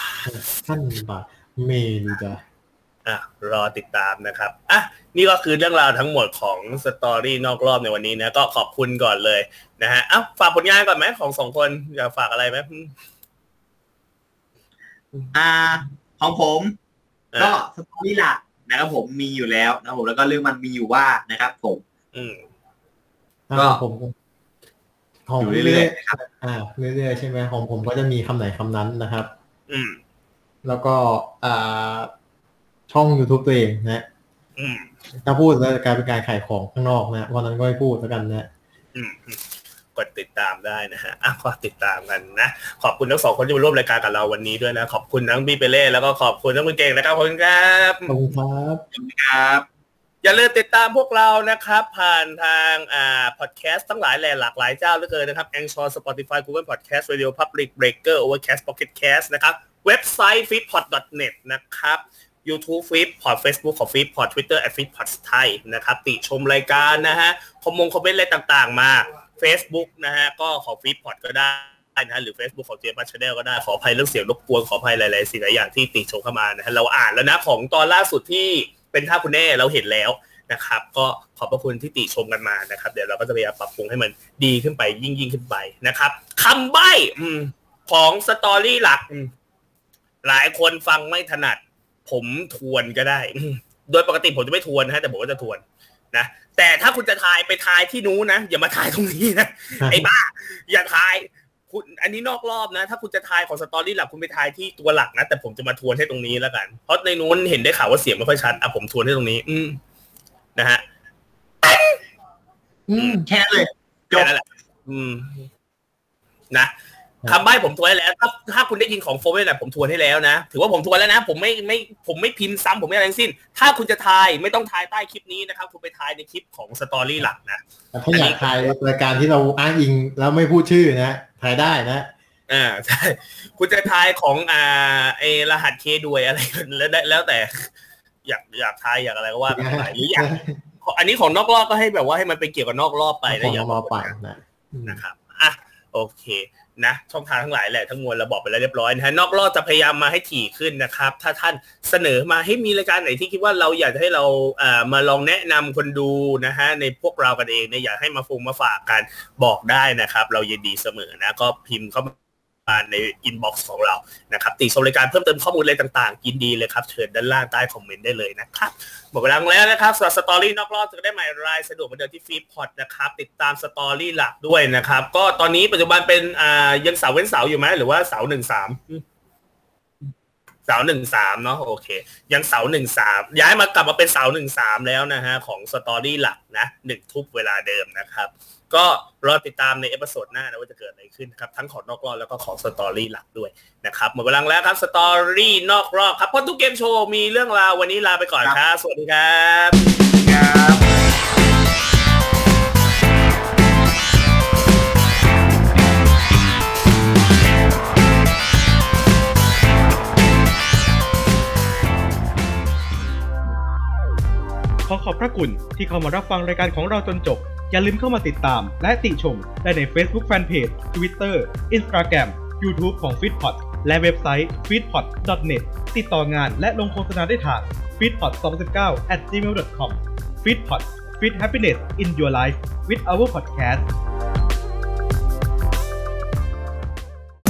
Speaker 4: ท่านบาทเมนูจ้ะ
Speaker 2: อ่ะรอติดตามนะครับอ่ะนี่ก็คือเรื่องราวทั้งหมดของสตอรี่นอกรอบในวันนี้นะก็ขอบคุณก่อนเลยนะฮะอ่ะฝากผลงานก่อนไหมของสองคนอยากฝากอะไรไหมอืม
Speaker 3: อ่า ของผม
Speaker 2: อ่า
Speaker 3: ก็สตอรี่หลักนะครับผมมีอยู่แล้วนะครับผมแล้วก็เรื่องมันมีอยู่ว่านะครับผม
Speaker 2: อืม
Speaker 4: อ่ะ
Speaker 3: ก็
Speaker 4: ผมของ
Speaker 3: อยู่
Speaker 4: เรื่
Speaker 3: เรื่
Speaker 4: อ
Speaker 3: อย ย
Speaker 4: ๆอ่าเรื่อยๆใช่ไหมของผมก็จะมีคำไหนคำนั้นนะครับ
Speaker 2: อืม
Speaker 4: แล้วก็อ่าช่อง YouTube ตัวเองนะ
Speaker 2: อืม
Speaker 4: ถ้าพูดแล้วจะกลายเป็นการขายของข้างนอกนะวันนั้นก็ไม่พูดแล้วกันนะ
Speaker 2: อืมอืมกดติดตามได้นะฮะอ่ะก็ติดตามกันนะ ขอบคุณทั้งสองคนที่มาร่วมรายการกับเราวันนี้ด้วยนะ ขอบคุณทั้งบีเปเล่แล้วก็ขอบคุณทั้งคุณเก่งนะครับขอบคุณครับ
Speaker 4: ขอบคุณครับ
Speaker 3: ครับ
Speaker 2: อย่าลืมติดตามพวกเรานะครับ ผ่านทางอ่าพอดแคสต์ทั้งหลายแหล่หลากหลายเจ้าเหลือเกินนะครับ a n c h o r Spotify Google Podcast Radio Public Breaker Overcast Pocket Cast นะครับ เว็บไซต์ f i p p o d n e t นะครับ YouTube f i p p o d Facebook ของ f i p p o d Twitter f i p p o d Thai นะครับ ติชมรายการนะฮะ คอมมงคอมเมนต์อะไรต่างๆมา Facebook นะฮะ ก็ของ f i p p o d ก็ได้นะฮะหรือ Facebook ของเจมัชชาแนลก็ได้ขออภัยเรื่องเสียงรบกวนขออภัยหลายๆสิ่งหลายอย่างที่ติชมเข้ามานะฮะเราอ่านแล้วนะของตอนล่าสุดที่เป็นท่าคุณแน่เราเห็นแล้ว นะครับก็ขอบพระคุณที่ติชมกันมานะครับ เดี๋ยวเราก็จะพยายามปรับปรุงให้มันดีขึ้นไปยิ่งยิ่งขึ้นไปนะครับคำใบ้อืมของสตอรี่หลักอืมหลายคนฟังไม่ถนัด ผมทวนก็ได้ [laughs] อืมโดยปกติผมจะไม่ทวนนะฮะแต่ผมก็จะทวนนะแต่ถ้าคุณจะทายไปทายที่นู้นนะอย่ามาทายตรงนี้นะ ไอ้บ้า อย่าทายคุณอันนี้นอกรอบนะ ถ้าคุณจะทายของสตอรี่หลักคุณไปทายที่ตัวหลักนะ แต่ผมจะมาทวนให้ตรงนี้แล้วกัน เพราะในนู้นเห็นได้ข่าวว่าเสียงไม่ค่อยชัดอ่ะผมทวนให้ตรงนี้ อืมนะฮะ
Speaker 4: อืม
Speaker 3: แค่นั้นเลย จบ
Speaker 2: แค่นั้นแหละ อืม นะคำใบ้ผมทวนให้แล้ว ถ้าถ้าคุณได้ยินของโฟเวอร์แหละผมทวนให้แล้วนะ ถือว่าผมทวนแล้วนะ ผมไม่ไม่ ผมไม่พิมพ์ซ้ำผมไม่อะไรทั้งสิ้น ถ้าคุณจะทายไม่ต้องทายใต้คลิปนี้นะครับ คุณไปทายในคลิปของสตอรี่หลักนะ
Speaker 4: แต่ถ้าอยากทายรายการที่เราอ้างอิงแล้วไม่พูดชื่อนะทายได้นะ
Speaker 2: อ่า [laughs] ใช่ คุณจะทายของอ่าไอรหัสเคด้วยอะไร [laughs] แล้วได้แล้วแต่ อยากอยากทายอยากอะไรก็ว่ากันไปหรืออยากอันนี้ของนอกรอบก็ให้แบบว่าให้มันไปเกี่ยวกับนอกรอบไป
Speaker 4: ไป
Speaker 2: นะอย่า
Speaker 4: มอปากนะ
Speaker 2: นะครับ อ่ะ โอเค นะช่องทางทั้งหลายแหละทั้งมวลเราบอกไปแล้วเรียบร้อยนะฮะนอกรอบจะพยายามมาให้ถี่ขึ้นนะครับ ถ้าท่านเสนอมาให้มีรายการไหนที่คิดว่าเราอยากจะให้เราเอ่อมาลองแนะนำคนดูนะฮะในพวกเรากันเองเนี่ยอยากให้มาฟงมาฝากกันบอกได้นะครับ เรายินดีเสมอนะก็พิมพ์เข้ามาในอินบ็อกซ์ของเรานะครับติชมรายการเพิ่มเติมข้อมูลอะไรต่างๆ ยินดีเลยครับเชิญด้านล่างใต้คอมเมนต์ได้เลยนะครับ หมดเวลาลงแล้วนะครับสำหรับสตอรี่นอกรอบจะได้ใหม่รายสะดวกเหมือนเดิมที่ฟีดพอดนะครับ ติดตามสตอรี่หลักด้วยนะครับ ก็ตอนนี้ปัจจุบันเป็นอ่ายังเสาร์เว้นเสาร์อยู่ไหมหรือว่าเสาร์หนึ่งสามเสาร์หนึ่งสามเนาะโอเค ยังเสาร์หนึ่งสามย้ายมากลับมาเป็นเสาร์หนึ่งสามแล้วนะฮะของสตอรี่หลักนะหนึ่งทุบเวลาเดิมนะครับ ก็รอติดตามในเอพิโซดหน้านะว่าจะเกิดอะไรขึ้นนะครับทั้งของนอกรอบแล้วก็ของสตอรี่หลักด้วยนะครับหมดเวลาแล้วครับสตอรี่นอกรอบครับเพราะทุกเกมโชว์มีเรื่องราววันนี้ลาไปก่อนครับ สวัสดีครับ
Speaker 3: ครับ
Speaker 1: ขอขอบพระคุณที่เข้ามารับฟังรายการของเราจนจบ อย่าลืมเข้ามาติดตาม และติชมได้ใน Facebook Fanpage Twitter Instagram YouTube ของ f e e d p o t และเว็บไซต์ f e e d p o t n e t ติดต่องานและลงโฆษณาได้ทาง f e e d p o t 2019 at gmail.com f e e d p o t Feed Happiness in Your Life with our podcast